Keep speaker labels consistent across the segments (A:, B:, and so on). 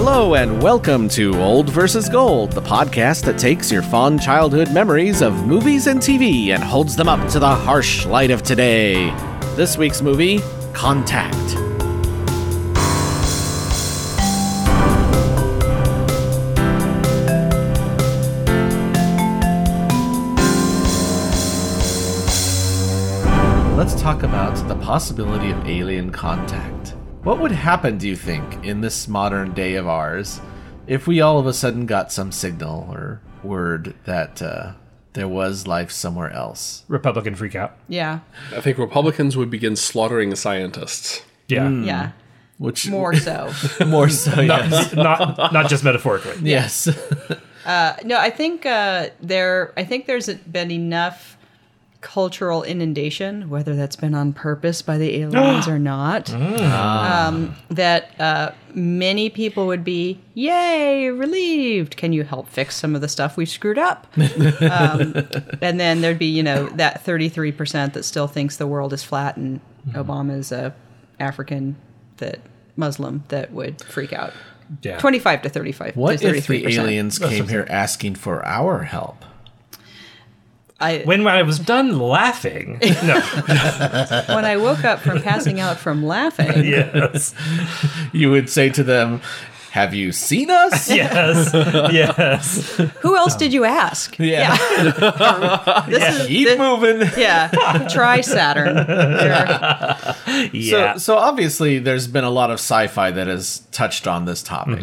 A: Hello, and welcome to Old vs. Gold, the podcast that takes your fond childhood memories of movies and TV and holds them up to the harsh light of today. This week's movie, Contact. Let's talk about the possibility of alien contact. What would happen, do you think, in this modern day of ours, if we all of a sudden got some signal or word that uh, there was life somewhere else?
B: Republican freak out.
C: Yeah.
D: I think Republicans would begin slaughtering scientists.
B: Yeah.
A: Hmm.
C: Yeah.
A: Which
C: More so.
A: more so, yes,
B: Not not just metaphorically.
A: yes,
C: no, I think uh, there. I think there's been enough cultural inundation, whether that's been on purpose by the aliens or not, um, that uh, many people would be yay relieved. Can you help fix some of the stuff we screwed up? um, and then there'd be you know that 33 percent that still thinks the world is flat and Obama's a African that Muslim that would freak out.
B: Yeah.
C: 25 to 35
A: What
C: to 33%.
A: if the aliens came here asking for our help?
C: I,
B: When I was done laughing. No.
C: when I woke up from passing out from laughing,
B: yes.
A: You would say to them, "Have you seen us?"
B: Yes. Yes.
C: who else did you ask?
A: Yeah.
C: This is-
A: Keep
C: thi-
A: moving.
C: yeah. Try Saturn. Sure.
B: Yeah.
A: So, so obviously, there's been a lot of sci-fi that has touched on this topic,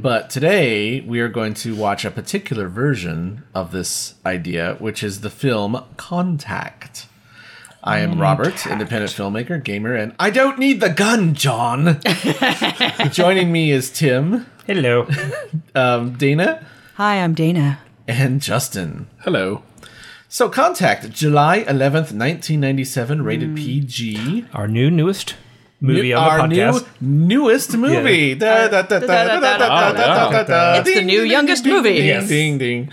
A: but today we are going to watch a particular version of this idea, which is the film Contact. I am Robert, independent filmmaker, gamer, and I don't need the gun, John. Joining me is Tim,
B: Hello.
A: um, Dana,
C: Hi, I'm Dana.
A: and Justin.
D: Hello.
A: So, Contact, July 11th, 1997, rated PG.
B: Our new newest movie
A: New-
B: Hmm. on the podcast.
A: new newest movie.
C: Uh,
A: Da- da- da- da- da- da- da- da- da- da- da-
C: It's the
A: Ding,
C: new
A: ding,
C: youngest
A: ding,
C: movie.
A: ding,
B: Yes.
A: Ding ding.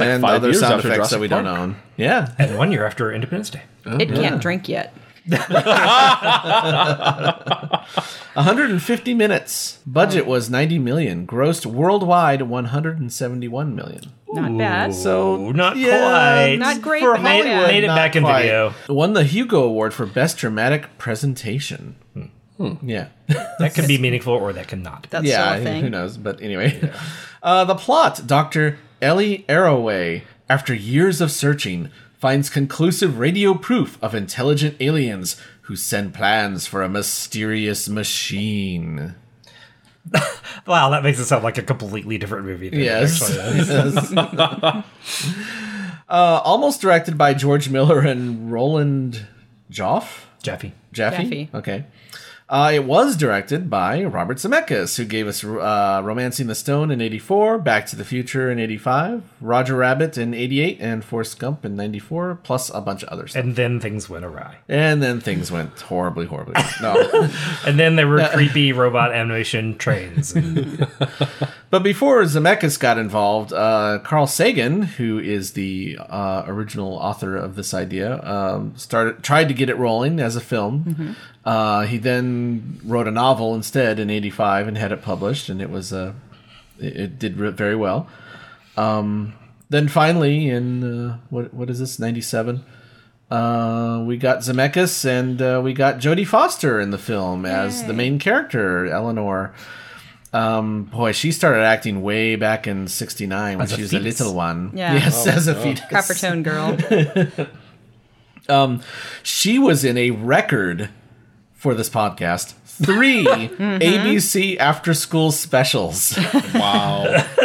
D: like
A: And
D: five
A: other
D: years
A: sound
D: after
A: effects that
D: Jurassic
A: we don't
D: Park.
A: own. Yeah.
B: and one year after Independence Day.
C: It
A: Oh,
C: can't drink yet.
A: 150 minutes.
C: Oh.
A: Budget was 90 million. Grossed worldwide 171 million.
C: Not bad.
A: So
B: not
A: yeah,
B: quite.
C: Not great,
A: for
C: but not
A: Hollywood,
C: bad.
B: Made it
A: not
B: back in
A: quite.
B: video.
A: Won the Hugo Award for Best Dramatic Presentation.
B: Hmm.
A: Hmm. Yeah.
B: That could be meaningful or that could not.
C: That's
A: yeah,
C: still a
A: who
C: thing.
A: knows? But anyway, uh, the plot: Doctor Ellie Arroway, after years of searching, finds conclusive radio proof of intelligent aliens who send plans for a mysterious machine.
B: Wow, that makes it sound like a completely different movie. Than it
A: Yes.
B: actually is.
A: Yes. uh, almost directed by George Miller and Roland Joff.
B: Jeffy.
A: Jaffe?
C: Jaffe.
A: Okay. Uh, it was directed by Robert Zemeckis, who gave us uh, Romancing the Stone in 84, Back to the Future in 85, Roger Rabbit in 88, and Forrest Gump in 94, plus a bunch of other stuff.
B: And then things went awry.
A: And then things went horribly, horribly. wrong. No.
B: And then there were creepy robot animation trains. And
A: but before Zemeckis got involved, uh, Carl Sagan, who is the uh, original author of this idea, um, started tried to get it rolling as a film. Uh, he then wrote a novel instead in '85 and had it published, and it was uh, it, it did re- very well. Um, then finally, in uh, what what is this '97? Uh, we got Zemeckis and uh, we got Jodie Foster in the film as the main character, Eleanor. Um, boy, she started acting way back in '69 when
B: As a
A: she was a
B: fetus. Oh,
A: little one.
C: Yeah.
A: Yes, as a fetus.
C: Copper tone girl.
A: She was in a record for this podcast. 3 ABC after school specials.
D: Wow.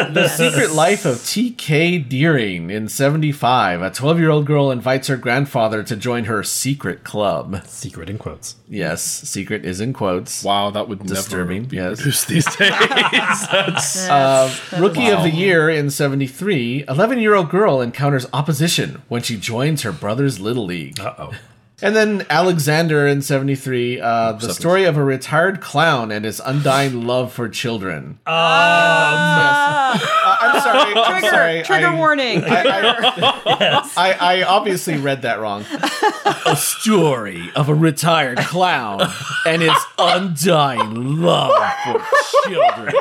A: The Secret Life of T.K. Deering in 75. A 12 year old girl invites her grandfather to join her secret club.
B: secret in quotes.
A: Yes, secret is in quotes.
D: wow, that would
A: Disturbing,
D: never be
A: yes.
D: produced these days. That's
A: Uh, rookie of the year in 73. 11 year old girl encounters opposition when she joins her brother's Little League.
B: Uh oh.
A: And then Alexander in 73, uh, the story of a retired clown and his undying love for children. Uh, I'm sorry. I'm
C: Ah, Trigger,
A: sorry.
C: trigger
A: I-
C: warning.
A: I, I, I, I obviously read that wrong. A story of a retired clown and his undying love for children.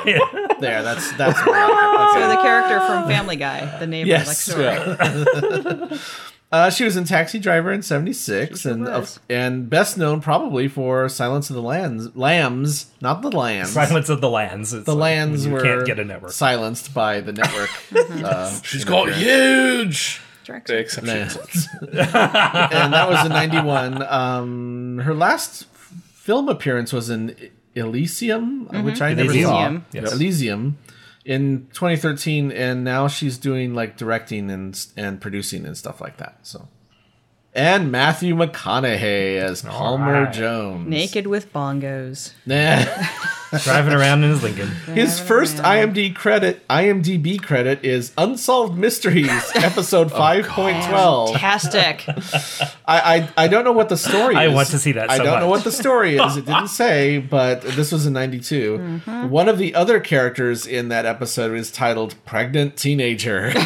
A: There, that's that's. more like it.
C: so
A: Okay.
C: the character from Family Guy, the neighbor
A: Yes.
C: next door.
A: Uh, she was in Taxi Driver in '76, and
C: was.
A: of and best known probably for Silence of the Lambs. Lambs, not the lambs.
B: Silence of the Lands. It's
A: the
B: like
A: lands
B: you
A: were
B: can't get a network.
A: silenced by the network. uh,
D: She's got huge.
C: Jackson.
D: The exceptions.
A: and that was in 91 um her last f- film appearance was in E- elysium uh, which i never
B: Elysium.
A: saw
C: Elysium.
B: Yes.
A: elysium in 2013 and now she's doing like directing and s- and producing and stuff like that so and matthew mcconaughey as palmer
B: right.
A: jones
C: Naked with bongos.
A: Nah.
B: Driving around in his Lincoln.
A: His first IMD credit, IMDb credit is Unsolved Mysteries, episode
B: Oh,
A: 5.12.
C: Fantastic.
A: I, I I don't know what the story is.
B: I want to see that
A: I
B: so
A: don't know
B: much.
A: what the story is. It didn't say, but this was in 92.
C: Mm-hmm.
A: One of the other characters in that episode is titled Pregnant Teenager. so,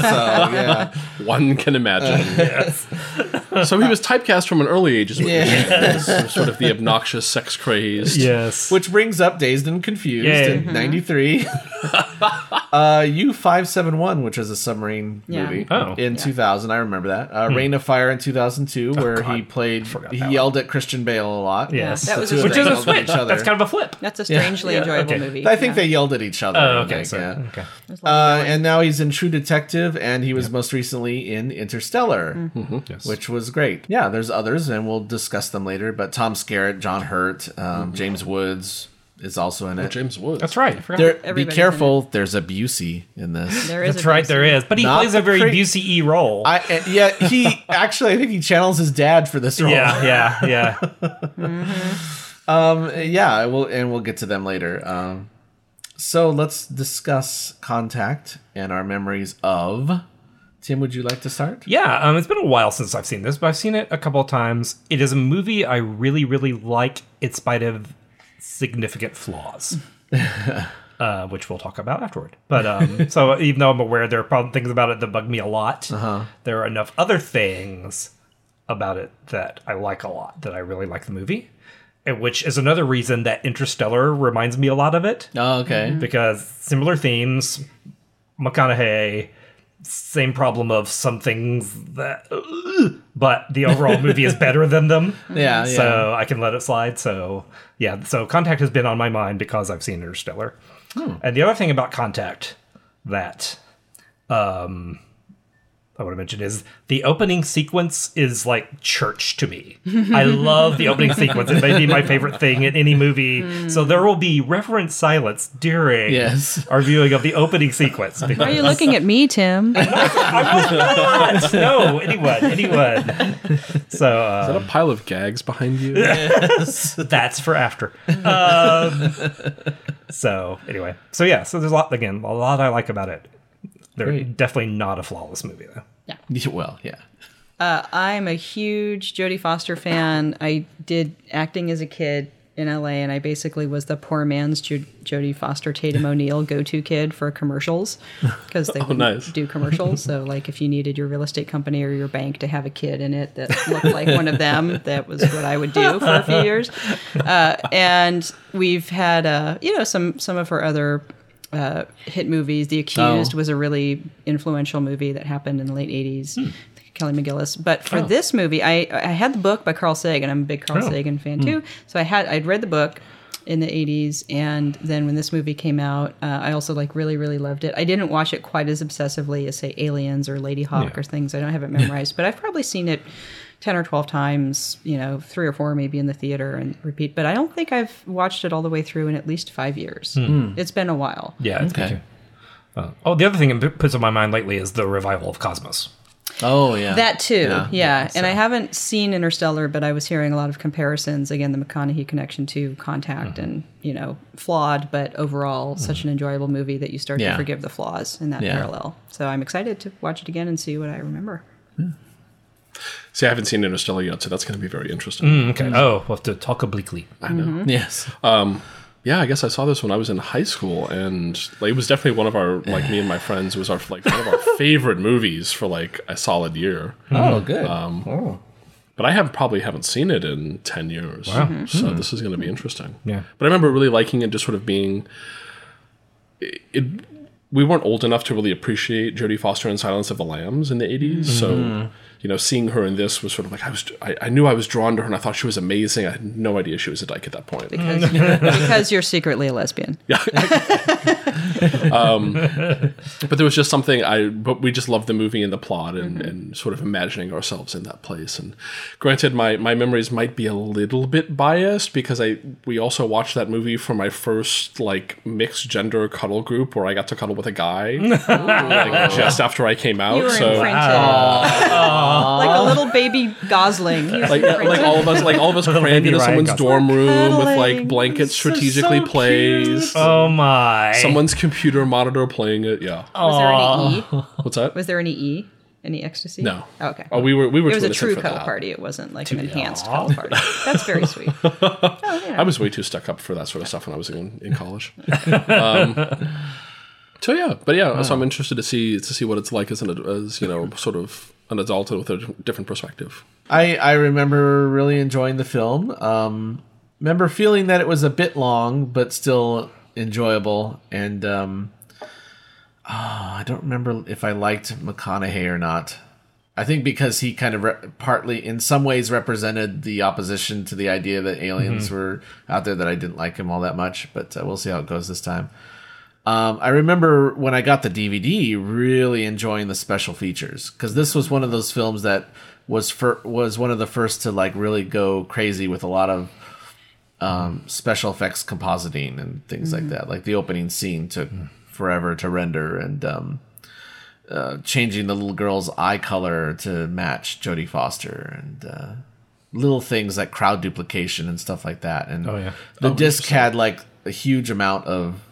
A: yeah.
D: One can imagine. so he was typecast from an early age, is what
A: Yeah.
D: yeah. sort of the obnoxious sex craze.
B: Yes.
A: Which brings up Dazed and Confused
B: Yay.
C: Mm-hmm.
A: in 93. uh, U571, which is a submarine
C: Yeah.
A: movie
B: Oh. Hmm.
A: in 2000. I remember that. Uh, Rain of Fire in 2002, where he played,
B: Oh, forgot
A: he
B: that
A: yelled at Christian Bale a lot.
B: yes.
C: That was
A: The two of
C: a
B: Which
A: them yelled
B: is a
C: strange.
A: at
B: switch.
A: each other.
B: That's kind of a flip.
C: That's a strangely enjoyable
B: okay.
C: movie.
A: I think
C: yeah.
A: they yelled at each other.
B: Oh,
A: I
B: okay.
A: think,
B: So,
A: yeah.
B: okay.
A: Uh, and now he's in True Detective, and he was most recently in Interstellar,
D: Mm-hmm.
B: Yes.
A: which was great. Yeah, there's others, and we'll discuss them later. But Tom Skerritt, John Hurt, um, James Woods is also in it.
D: Mm-hmm. Oh, James Woods.
B: That's right. I forgot.
A: There- be
C: Everybody's in
A: careful, there's a Busey in this.
C: There is
B: That's
C: a
B: right.
C: James-
B: There is. But he
A: Not
B: plays
A: the
B: a very
A: pre-
B: BCE role.
A: I, and yeah, he actually, I think he channels his dad for this role.
B: yeah, yeah, yeah.
A: Um, yeah, we'll, and we'll get to them later. Um, so let's discuss Contact and our memories of. Tim, would you like to start?
B: Yeah, um, it's been a while since I've seen this, but I've seen it a couple of times. It is a movie I really, really like, in spite of significant flaws, uh, which we'll talk about afterward. But um, so even though I'm aware there are probably things about it that bug me a lot, there are enough other things about it that I like a lot, that I really like the movie, and which is another reason that Interstellar reminds me a lot of it
A: Oh, okay.
D: Mm-hmm.
B: because similar themes, McConaughey, same problem of some things that, but the overall movie is better than them.
A: Yeah, yeah.
B: So I can let it slide. So yeah, so Contact has been on my mind because I've seen Interstellar.
C: Hmm.
B: And the other thing about Contact that um, I want to mention is the opening sequence is like church to me. I love the opening sequence. It may be my favorite thing in any movie.
C: Hmm.
B: So there will be reverent silence during
A: Yes.
B: our viewing of the opening sequence.
C: Why are you
B: because-
C: looking at me, Tim?
B: I was not. No, anyone, anyone. So uh,
D: Is that a pile of gags behind you? Yeah.
B: that's for after. Um, so anyway, so yeah, so there's a lot again, a lot I like about it. They're
A: Great.
B: definitely not a flawless movie though.
A: Well, yeah.
C: I'm a huge Jodie Foster fan. I did acting as a kid in LA, and I basically was the poor man's jo- Jodie Foster Tatum O'Neill go-to kid for commercials because they wouldn't
D: nice.
C: do commercials. So, like, if you needed your real estate company or your bank to have a kid in it that looked like one of them, that was what I would do for a few years. Uh, and we've had, uh, you know, some some of her other. Uh, hit movies. The Accused
A: Oh.
C: was a really influential movie that happened in the late 80s. Kelly McGillis. But for this movie, I I had the book by Carl Sagan. I'm a big Carl
B: Oh.
C: Sagan fan too. So I had I'd read the book in the 80s, and then when this movie came out, uh, I also like really really loved it. I didn't watch it quite as obsessively as say Aliens or Lady Hawk or things. I don't have it memorized, but I've probably seen it. 10 or 12 times, you know, three or four maybe in the theater and repeat. But I don't think I've watched it all the way through in at least five years. It's been a while.
B: Yeah, it's
A: Okay.
B: Uh, oh, the other thing it p- puts on my mind lately is the revival of Cosmos.
A: Oh, yeah.
C: That too, yeah.
A: Yeah.
C: And I haven't seen Interstellar, but I was hearing a lot of comparisons. Again, the McConaughey connection to Contact,
A: Mm-hmm.
C: and you know, flawed, but overall such an enjoyable movie that you start
A: Yeah.
C: to forgive the flaws in that
A: Yeah.
C: parallel. So I'm excited to watch it again and see what I remember.
D: See, I haven't seen Interstellar yet, so that's going to be very interesting.
B: Okay. Oh, we'll have to talk obliquely.
A: Mm-hmm. Yes.
D: Yeah, I guess I saw this when I was in high school, and like, it was definitely one of our like me and my friends it was our like one of our favorite movies for like a solid year.
A: oh, good. oh.
D: But I have probably haven't seen it in ten years, so this is going to be interesting.
B: Yeah.
D: but I remember really liking it, just sort of being it. it- we weren't old enough to really appreciate Jodie Foster in Silence of the Lambs in the 80s, so you know, seeing her in this was sort of like I was. I, I knew I was drawn to her, and I thought she was amazing. I had no idea she was a dyke at that point.
C: because you're, because you're secretly a lesbian.
D: but there was just something I, but we just loved the movie and the plot and, and sort of imagining ourselves in that place. And granted, my my memories might be a little bit biased because I we also watched that movie for my first like mixed gender cuddle group where I got to cuddle with a guy like, just after I came out.
C: You were
D: so.
C: imprinted like a little baby Gosling. You
D: Like,
C: imprinted.
D: like all of us, like all of us crammed
B: Maybe
D: into
B: Ryan
D: someone's
B: Gosling.
D: dorm room with like
C: Cuddling.
D: blankets
A: is
D: strategically
A: so cute.
D: placed,
B: Oh my.
D: someone's computer monitor playing it. Yeah,
C: was there any E?
D: what's that?
C: Was there any E? Any ecstasy?
D: No.
C: Oh, okay.
D: Oh, we were we were
C: it was a
D: too innocent
C: true
D: for
C: cuddle
D: that.
C: party. It wasn't like an enhanced cuddle party. That's very sweet. Oh,
D: I was way too stuck up for that sort of stuff when I was in, in college. um, so yeah, but yeah, so I'm interested to see to see what it's like as an ad- as you know sort of an adult with a di- different perspective.
A: I, I remember really enjoying the film. Um, remember feeling that it was a bit long, but still enjoyable. And um, ah, I don't remember if I liked McConaughey or not. I think because he kind of re- partly, in some ways, represented the opposition to the idea that aliens were out there. That I didn't like him all that much, but uh, we'll see how it goes this time. Um, I remember when I got the DVD, really enjoying the special features because this was one of those films that was fir- was one of the first to like really go crazy with a lot of um, special effects compositing and things
B: Mm-hmm.
A: like that. Like the opening scene took
B: Mm.
A: forever to render, and um, uh, changing the little girl's eye color to match Jodie Foster, and uh, little things like crowd duplication and stuff like that. And
B: Oh, yeah.
A: the disc had like a huge amount of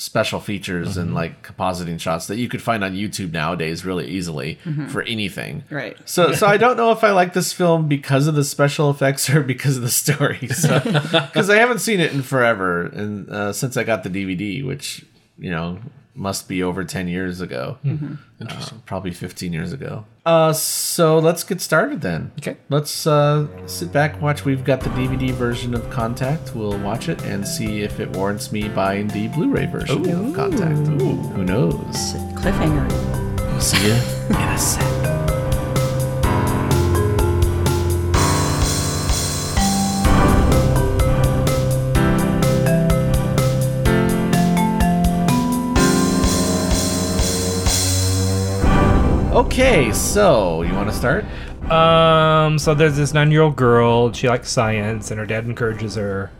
A: special features and like compositing shots that you could find on YouTube nowadays really easily for anything.
C: Right.
A: So so I don't know if I like this film because of the special effects or because of the story. Because I haven't seen it in forever and uh, since I got the DVD, which you know must be over ten years ago, Uh, probably fifteen years ago. Uh, so let's get started then.
B: Okay.
A: Let's uh, sit back, watch. We've got the DVD version of Contact. We'll watch it and see if it warrants me buying the Blu-ray version of Contact. Who knows?
C: Cliffhanger.
A: We'll see you in a sec. Okay, so you want to start?
B: Um, so there's this nine-year-old girl. and She likes science, and her dad encourages her.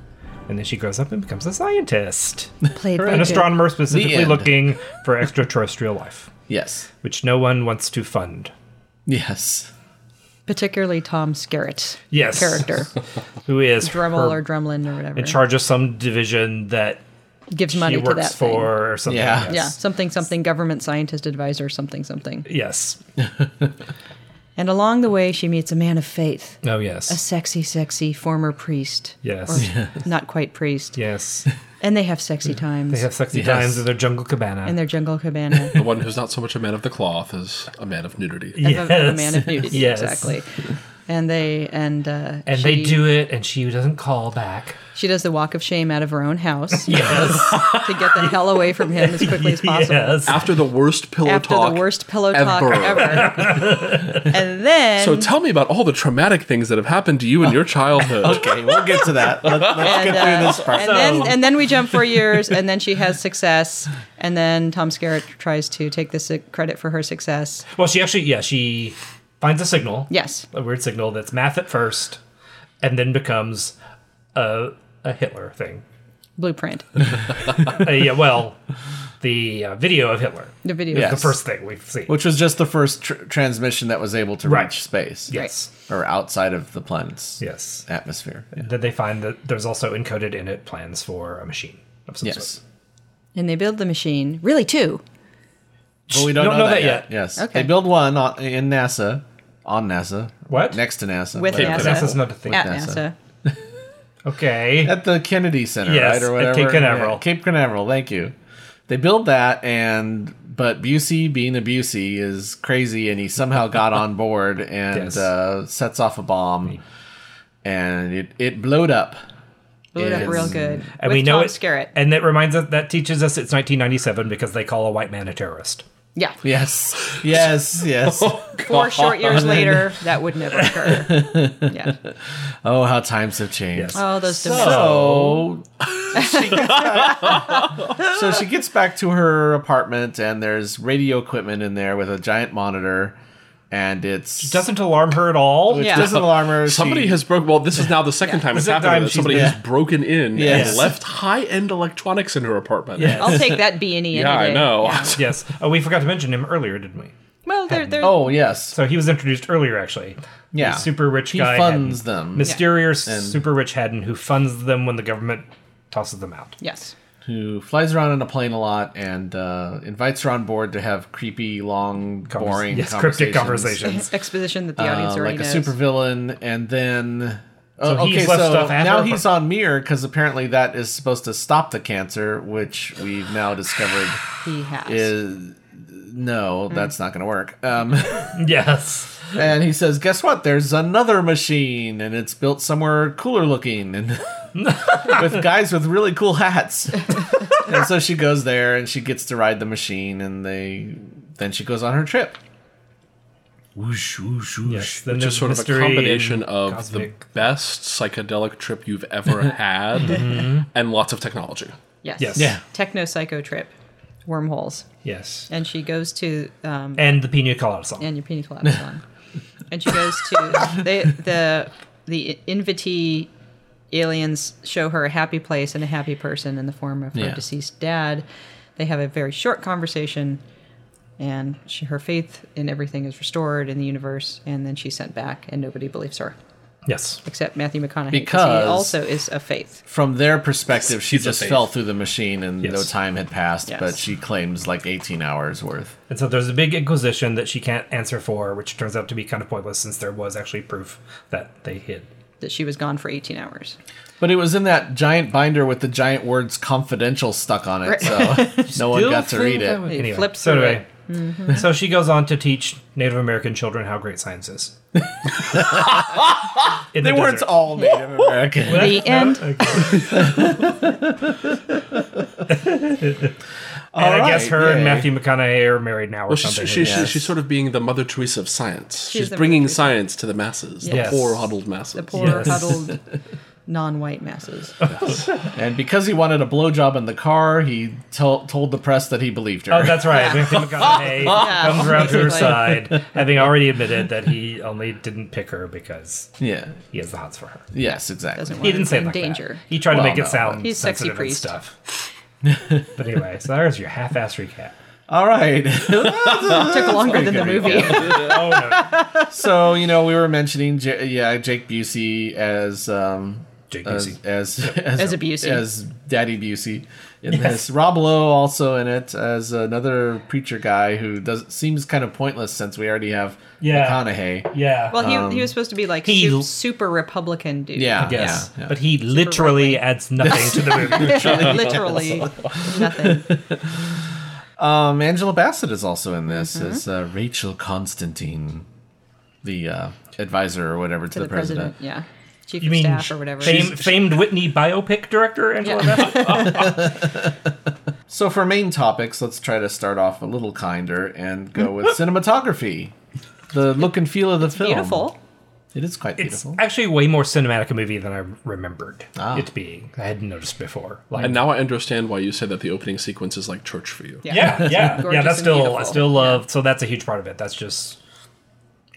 B: And then she grows up and becomes a scientist,
C: Played by
B: an astronomer specifically
A: end.
B: looking for extraterrestrial life,
A: Yes.
B: which no one wants to fund.
A: Yes.
C: particularly Tom Skerritt
B: Yes,
C: character,
B: who is
C: Dremel
B: her-
C: or Drumlin or whatever,
B: in charge of some division that
C: gives money
B: she
C: to
B: works
C: that
B: for
C: thing.
B: or something.
A: Yeah.
B: Yes.
C: Yeah, something something government scientist advisor something something.
B: Yes.
C: And along the way, she meets a man of faith,
B: Oh
C: a
B: yes.
C: sexy, sexy former priest,
B: Yes.
C: not quite priest,
B: Yes.
C: and they have sexy times
B: They have sexy
A: Yes.
B: times in their jungle cabana.
C: in their jungle cabana.
D: The one who's not so much a man of the cloth as a man of nudity.
C: of a- of a, man of nudity.
B: Yes.
C: Exactly. And they and uh,
B: and
C: she,
B: they do it, and she doesn't call back.
C: She does the walk of shame out of her own house
B: Yes.
C: to get the hell away from him as quickly as possible.
B: yes.
D: After the worst pillow
C: After
D: talk.
C: the worst pillow talk
D: ever.
C: ever, and then
D: so tell me about all the traumatic things that have happened to you in your childhood.
A: Okay, we'll get to that. Let, us
C: and,
A: get through
C: uh,
A: this part.
C: and then and then we jump four years, and then she has success, and then Tom Skerritt tries to take the si- credit for her success.
B: Well, she actually, yeah, she finds a signal.
C: Yes,
B: A weird signal that's math at first, and then becomes a, a Hitler thing.
C: blueprint,
B: Uh, yeah, well, the uh, video of Hitler.
C: the video.
A: Yeah.
B: The first thing we've seen.
A: Which was just the first tr- transmission that was able to
B: Right.
A: reach space.
B: yes.
A: Or outside of the planet's
B: Yes.
A: atmosphere. Yeah.
B: Then they find that there's also encoded in it plans for a machine of some
A: Yes.
B: sort.
C: And they build the machine. Really, two.
A: But we don't, know, that, yet. Yes.
C: Okay.
A: They build one on- in NASA on NASA.
B: What?
A: Next to NASA.
C: With
A: whatever.
C: NASA.
B: NASA's not a thing.
C: at
A: NASA.
C: NASA.
B: Okay.
A: At the Kennedy Center,
B: Yes,
A: right? Or
B: at
A: whatever.
B: Cape Canaveral.
A: Yeah, Cape Canaveral, thank you. They build that and but Busey being a Busey is crazy and he somehow got on board and
B: Yes.
A: uh, sets off a bomb and it, it blowed up.
C: Blew it
A: Yes.
C: up real good.
B: And
C: With
B: we know
C: Tom
B: it.
C: Skerritt.
B: And that reminds us that teaches us it's 1997 because they call a white man a terrorist.
C: Yeah.
A: Yes. Yes, yes.
B: Oh.
C: Four short years later, that would never occur. Yeah.
A: oh, how times have changed.
B: Yes.
C: Oh, those demands.
A: So she, gets back, so she gets back to her apartment, and there's radio equipment in there with a giant monitor, and it's
B: Doesn't alarm her at all.
A: which
C: Yeah.
A: doesn't alarm her.
D: Somebody
A: She-
D: has broke. Well, this is now the second time it's
B: second
D: happened.
B: time
D: that
B: she's-
D: somebody
A: yeah.
D: has broken in
A: Yes.
D: and left high-end electronics in her apartment.
B: Yes.
C: I'll take that B and E.
D: Yeah, I know.
B: yes. Oh, we forgot to mention him earlier, didn't we?
C: Well, they're they're
A: Oh yes,
B: So he was introduced earlier, actually.
A: yeah.
B: The super rich
A: he
B: guy.
A: funds
B: Haddon.
A: them.
B: Mysterious super rich Haddon who funds them when the government tosses them out.
C: yes.
A: who flies around in a plane a lot and uh, invites her on board to have creepy, long,
B: Convers-
A: boring,
B: yes, cryptic
A: conversations,
B: conversations.
C: Exposition that the audience
A: Uh,
C: already
A: like a
C: knows.
A: supervillain, and then. oh,
B: he's
A: okay,
B: left
A: so
B: stuff at
A: now
B: her?
A: he's on Mir because apparently that is supposed to stop the cancer, which we've now discovered
C: he has.
A: is no, that's not going to work. Um,
B: yes.
A: and he says, "Guess what? There's another machine, and it's built somewhere cooler looking, and with guys with really cool hats." and so she goes there, and she gets to ride the machine, and they then she goes on her trip. Whoosh, whoosh, whoosh.
B: Yes. Then
D: Which
B: there's
D: is sort of a
B: mystery and
D: combination of
B: cosmic- Mm-hmm.
D: the best psychedelic trip you've ever had and lots of technology.
C: yes.
B: Yes.
A: Yeah.
C: Techno psycho trip, wormholes,
B: Yes.
C: and she goes to um,
B: And the Pina Colada song.
C: and your pina colada's on. And she goes to they, the the invitee aliens show her a happy place and a happy person in the form of her
A: Yeah.
C: deceased dad. They have a very short conversation, and she, her faith in everything is restored in the universe. And then she's sent back, and nobody believes her
B: yes.
C: except Matthew McConaughey
A: Because-
C: he also is a faith.
A: From their perspective, she
D: It's a
A: just
D: faith.
A: fell through the machine, and
B: Yes.
A: no time had passed.
C: Yes.
A: But she claims like 18 hours worth.
B: And so there's a big inquisition that she can't answer for, which turns out to be kind of pointless since there was actually proof that they hid.
C: That she was gone for 18 hours.
A: But it was in that giant binder with the giant words "confidential" stuck on it, so no one
B: Still
A: got to read
B: think I
A: it.
B: would-
C: It
B: Anyway,
C: flipped
B: so
C: through Mm-hmm.
B: anyway, so she goes on to teach Native American children how great science is. In the
A: They weren't
B: desert.
A: all Native American.
C: The end.
B: And I
A: All
B: guess
A: right,
B: her and
A: yay.
B: Matthew McConaughey are married now or
D: Well,
B: something.
D: she's, she's,
A: yes.
D: she's sort of being the Mother Teresa of science.
C: She's
D: She's,
C: the Mother
D: bringing
C: Teresa.
D: science to the masses,
B: Yes.
D: the poor huddled masses.
C: The poor
B: Yes.
C: huddled non-white masses.
A: And because he wanted a blowjob in the car, he tol- told the press that he believed her.
B: Oh, that's right. Matthew McConaughey
C: Yeah,
B: comes around to her
C: basically.
B: side, having already admitted that he only didn't pick her because
A: yeah.
B: he has the hots for her.
A: Yes, exactly.
C: Doesn't
B: He
C: want
B: didn't say it
C: in
B: like
C: danger.
B: that. He tried
A: Well,
B: to make
A: no,
B: it sound
C: He's sexy
B: sensitive
C: priest.
B: and stuff. but anyway, so there's your half-ass recap.
A: All right.
C: took longer than the movie.
B: oh no,
A: so you know we were mentioning, J- yeah, Jake Busey as um,
B: Jake
A: as
B: Busey.
A: as as,
C: As a Busey.
A: as Daddy Busey in this. Rob Lowe also in it as another preacher guy who does seems kind of pointless since we already have
B: Yeah.
A: McConaughey.
B: yeah.
C: Well, he, he was supposed to be like
B: he-
C: su- super Republican dude.
A: Um, Yeah,
B: yes,
A: yeah, yeah.
B: but he literally adds nothing to the movie.
C: literally nothing.
A: Um, Angela Bassett is also in this as uh, Rachel Constantine, the uh, advisor or whatever to,
C: To
A: the,
C: the
A: president.
C: president, yeah, chief
B: You
C: of
B: mean
C: staff or whatever.
B: Fame, famed Whitney biopic director Angela
C: Yeah.
B: Bassett?
A: So for main topics, let's try to start off a little kinder and go with cinematography. The look and feel of the film.
C: Beautiful.
A: It is quite
B: It's
A: beautiful.
B: actually way more cinematic a movie than I remembered
A: Ah.
B: it being. I hadn't noticed before. Like,
D: And now I understand why you said that the opening sequence is like church for you.
B: yeah, yeah, yeah.
C: Gorgeous
B: That's
C: and
B: still I
C: beautiful.
B: still love. So that's a huge part of it. That's just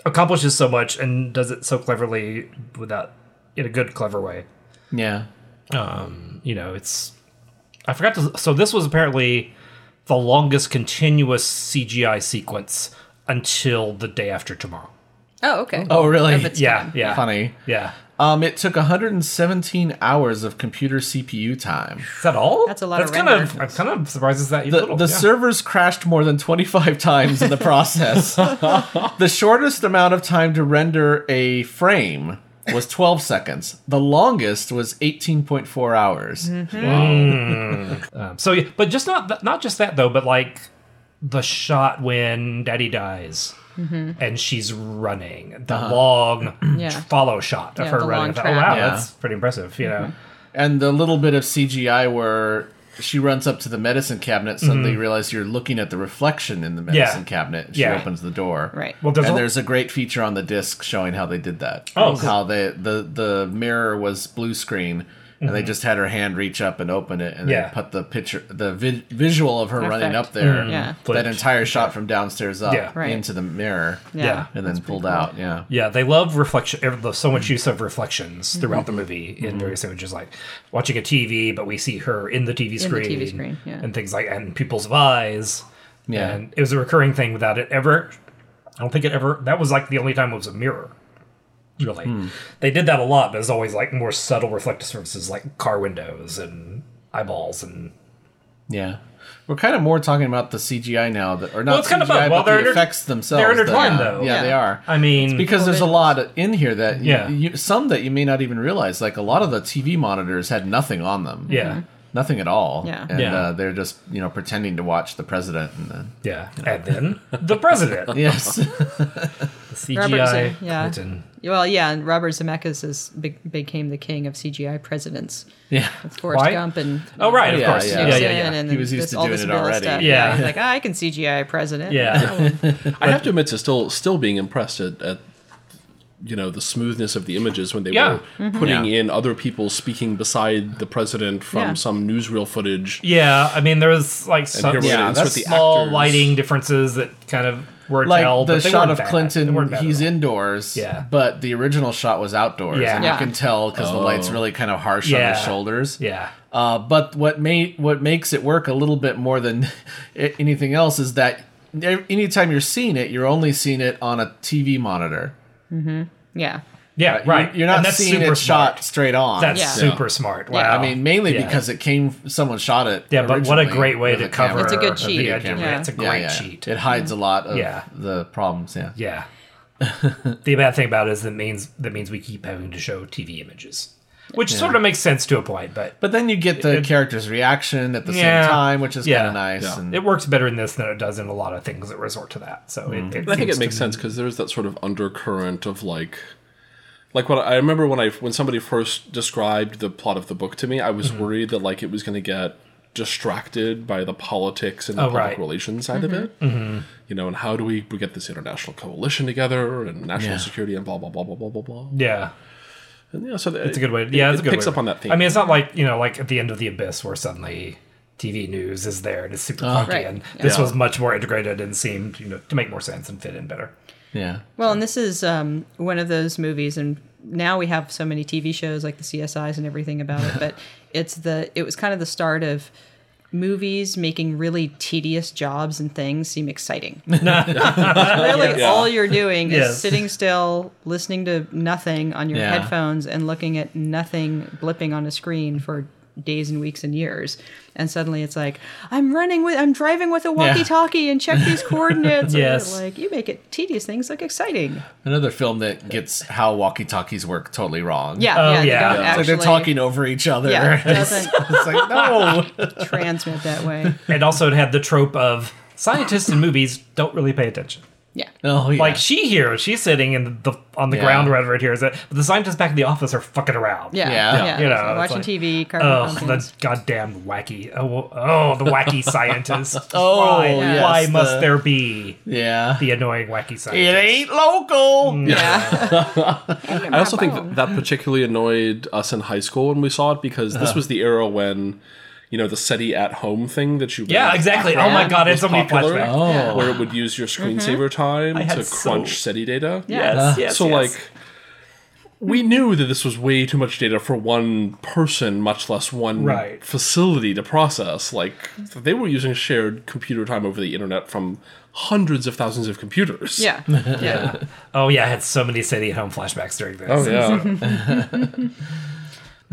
B: accomplishes so much and does it so cleverly without in a good clever way.
A: yeah.
B: Um, you know, it's I forgot to. So this was apparently the longest continuous CGI sequence until the day after tomorrow.
C: Oh, okay.
A: Oh, really?
C: Of its
B: Yeah,
C: time.
B: yeah,
A: Funny.
B: yeah.
A: Um, it took 117 hours of computer CPU time.
B: Is that all?
C: That's a lot of
B: kind
C: render.
B: of. I'm kind of surprised it's that
A: The,
B: little.
A: the
B: yeah.
A: servers crashed more than 25 times in the process. the shortest amount of time to render a frame was 12 seconds. The longest was 18.4 hours.
B: Um, so yeah, but just not th- not just that though, but like the shot when Daddy dies. And she's running the
A: Uh-huh.
B: long
C: Mm-hmm. Yeah.
B: follow shot of
C: Yeah,
B: her
C: the long
B: running. Oh
C: track.
B: wow,
A: Yeah. Mm-hmm.
B: that's pretty impressive. You know,
A: And the little bit of CGI where she runs up to the medicine cabinet, suddenly you realize you're looking at the reflection in the medicine cabinet. and She
B: Mm-hmm. Yeah.
A: opens the door.
C: Right.
B: well, there's,
A: and
B: al-
A: there's a great feature on the disc showing how they did that.
B: Oh, cool.
A: how they the the mirror was blue screen, and they just had her hand reach up and open it, and
B: Mm-hmm. Yeah.
A: they put the picture, the vi- visual of her running
C: Effect.
A: up there,
C: Yeah.
A: that
B: Footage.
A: entire shot from downstairs up
B: Yeah.
C: Right.
A: into the mirror,
B: yeah.
A: and then pulled out. Yeah,
B: Yeah, they love reflection. er, the- So much use of reflections throughout the movie in various images, like watching a TV, but we see her in the TV
C: In the
B: screen,
C: TV screen, yeah.
B: and things like and people's eyes.
A: Yeah.
B: and it was a recurring thing without it ever. I don't think it ever. That was like the only time it was a mirror. Really, they did that a lot, but it's always like more subtle reflective surfaces, like car windows and eyeballs and
A: yeah. We're kind of more talking about the CGI now, that, or not
B: Well, it's kind of
A: CGI,
B: both. Well,
A: but
B: they're
A: the
B: inter-
A: effects themselves. that-
B: intertwined,
A: yeah.
B: though.
A: Yeah, they
C: Yeah.
A: are.
B: I mean,
A: because there's a lot in here that y-
B: Yeah.
A: you, some that you may not even realize. Like a lot of the TV monitors had nothing on them.
B: yeah.
A: nothing at all.
C: Mm-hmm. Yeah.
A: and
B: Yeah.
A: Uh, they're just you know pretending to watch the president and then
B: Yeah, and then the president,
A: yes,
B: the CGI
C: Robertson, yeah.
B: Clinton.
C: Well, yeah, and Robert Zemeckis is, be- became the king of CGI presidents.
A: yeah,
C: With Forrest
B: Why?
C: Gump and
B: Oh right, of
A: Yeah,
B: course,
A: yeah.
B: yeah, yeah, yeah.
C: And
A: He was used
C: this,
A: to
C: all
A: doing
C: this
A: it
C: Villa
A: already.
C: Stuff.
B: Yeah.
C: He's like, "Ah, I can CGI president.
B: Yeah.
D: I have to admit to still still being impressed at, at you know the smoothness of the images when they
B: Yeah.
D: were
C: Mm-hmm.
D: putting
A: Yeah.
D: in other people speaking beside the president from
C: Yeah.
D: some newsreel footage.
B: Yeah, I mean, there was like some
D: here we
A: Yeah,
D: are, it's
A: that's
D: with the
B: small
D: actors.
B: lighting differences that kind of were
A: like
B: tell,
A: the
B: but they
A: shot
B: weren't
A: of
B: bad. They weren't
A: Clinton,
B: bad
A: he's
B: at all.
A: indoors,
B: Yeah.
A: but the original shot was outdoors,
B: Yeah. Oh.
A: and
C: Yeah.
A: you can tell because the light's really kind of harsh on
B: Yeah.
A: his shoulders.
B: Yeah,
A: Uh, but what made what makes it work a little bit more than a- anything else is that a- anytime you're seeing it, you're only seeing it on a TV monitor.
C: Yeah.
B: yeah, right.
A: Uh, You're, you're not
B: and that's
A: seeing
B: super
A: it
B: smart.
A: shot straight on.
B: That's
C: Yeah.
B: super smart. Wow.
A: I mean, mainly
B: Yeah.
A: because it came. Someone shot it.
B: yeah, but what a
A: originally
B: great way
A: with
B: to
A: a camera.
B: cover.
C: It's a good
B: a
C: cheat,
B: video
A: yeah.
B: camera.
C: Yeah.
B: It's a
A: Yeah,
B: great
A: yeah, yeah.
B: cheat.
A: It hides a lot of
B: Yeah.
A: the problems. Yeah.
B: Yeah. the bad thing about it is that means that means we keep having to show TV images, which sort of makes sense to a point, but
A: But then you get the
B: It-
A: character's reaction at the
B: Yeah.
A: same time, which is
B: Yeah.
A: kind of nice.
D: Yeah.
A: And
B: it works better in this than it does in a lot of things that resort to that. So it, it
D: And Mm-hmm. I think
B: seems
D: it makes
B: to
D: sense because there's that sort of undercurrent of like, like what I remember when I when somebody first described the plot of the book to me, I was
B: Mm-hmm.
D: worried that like it was going to get distracted by the politics and the
B: Oh,
D: public
B: right. Mm-hmm.
D: relations side of it. You know, and how do we, we get this international coalition together and national
A: Yeah.
D: security and blah blah blah blah blah blah blah.
B: Yeah.
D: And yeah, so
B: It's a good way. Yeah,
D: it,
B: it's a good
D: picks
B: way.
D: up on that theme.
B: I mean, it's not like you know, like at the end of the abyss where suddenly TV news is there and it's
A: Oh,
B: super funky,
C: Right.
B: and
C: Yeah.
B: this
D: Yeah.
B: was much more integrated and seemed you know to make more sense and fit in better.
A: yeah.
C: Well, and this is um, one of those movies, and now we have so many TV shows like the CSIs and everything about it. But it's the it was kind of the start of movies making really tedious jobs and things seem exciting. really, all you're doing
B: Yes.
C: is sitting still, listening to nothing on your
A: Yeah.
C: headphones, and looking at nothing blipping on a screen for days and weeks and years and suddenly it's like i'm running with i'm driving with a walkie-talkie and check these coordinates And you're
B: Yes.
C: like you make it tedious things look exciting
A: Another film that gets how walkie talkies work totally wrong.
C: yeah,
B: Oh,
C: yeah, they
B: yeah.
C: don't
B: Yeah.
A: It's like
C: Actually,
A: they're talking over each other.
C: Yeah, it
A: it's,
C: doesn't
A: it's like no.
C: transmit that way.
B: And also, it had the trope of scientists in movies don't really pay attention.
C: Yeah,
A: Oh yeah.
B: Like she here, she's sitting in the on the
A: Yeah.
B: ground or whatever it here is. But the scientists back in the office are fucking around.
C: yeah,
A: Yeah.
C: yeah.
B: You know,
C: So
B: it's
C: watching
B: like,
C: TV, carbon
B: Oh,
C: pumping.
B: the goddamn wacky! Oh, oh, the wacky scientist.
A: Oh,
B: why,
A: yes,
B: why
A: the-
B: must there be
A: yeah.
B: the annoying wacky
A: It
B: scientist?
A: ain't local.
C: yeah.
D: I also think that, that particularly annoyed us in high school when we saw it because
B: Uh-huh.
D: this was the era when, you know, the SETI at home thing that you
B: Yeah,
D: read
B: exactly.
D: from
B: Oh my god,
D: was
B: it's so many
D: popular,
B: flashbacks.
A: Oh.
D: where it would use your screensaver time
B: had
D: to
B: so-
D: crunch SETI data.
C: Yeah.
B: yes,
D: so
B: yes.
D: like we knew that this was way too much data for one person, much less one
B: Right.
D: facility to process. Like they were using shared computer time over the internet from hundreds of thousands of computers.
C: Yeah. Yeah.
B: Oh yeah, I had so many city home flashbacks during this.
D: Oh yeah.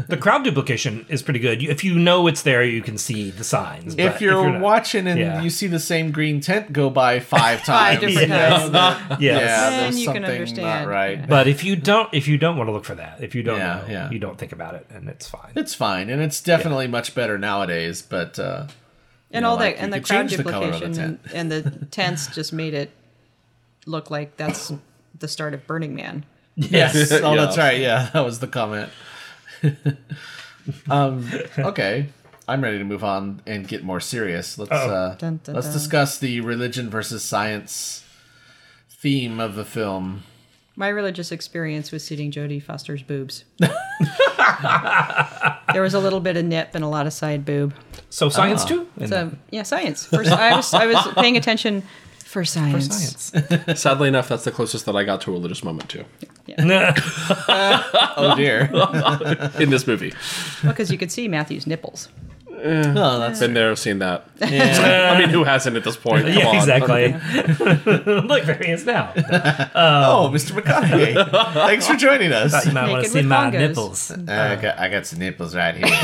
B: The crowd duplication is pretty good. You- If you know it's there, you can see the signs. but
A: If you're,
B: not-
A: watching and
B: Yeah.
A: you see the same green tent go by five times,
C: Five different
B: Yeah.
C: times. Yeah.
B: yes.
A: yeah,
C: Then
A: there's
C: you can
A: something not
C: understand.
A: right.
B: But if you don't, if you don't want to look for that, if you don't
A: Yeah,
B: know,
A: yeah.
B: you don't think about it, and it's fine.
A: It's fine, and it's definitely much better nowadays. But uh,
C: And
A: know,
C: all
A: like,
C: that
A: you
C: and the
A: could
C: crowd
A: change the color of the
C: duplication and, and the tents just made it look like that's the start of Burning Man.
A: yes, oh,
D: Yeah.
A: that's right. Yeah, that was the comment. um, okay, I'm ready to move on and get more serious. Let's uh,
C: Dun, dun,
A: let's
C: dun.
A: discuss the religion versus science theme of the film.
C: My religious experience was seeing Jodie Foster's boobs. there was a little bit of nip and a lot of side boob.
B: So science too. And
C: So yeah, science. First, I was I was paying attention for science.
B: science.
D: Sadly enough, that's the closest that I got to a religious moment too
A: Oh dear,
D: in this movie.
C: Because you could see Matthew's nipples.
A: no, Oh, that's
D: Been there, seen that. I mean, who hasn't at this point? Come
B: yeah,
D: on.
B: exactly. look, there he is now.
A: oh, Mr. McConaughey. Thanks for joining us.
B: You might want to
C: Naked
B: see
C: with
B: my
C: bongos.
B: nipples.
A: Uh, I got I got some nipples right here.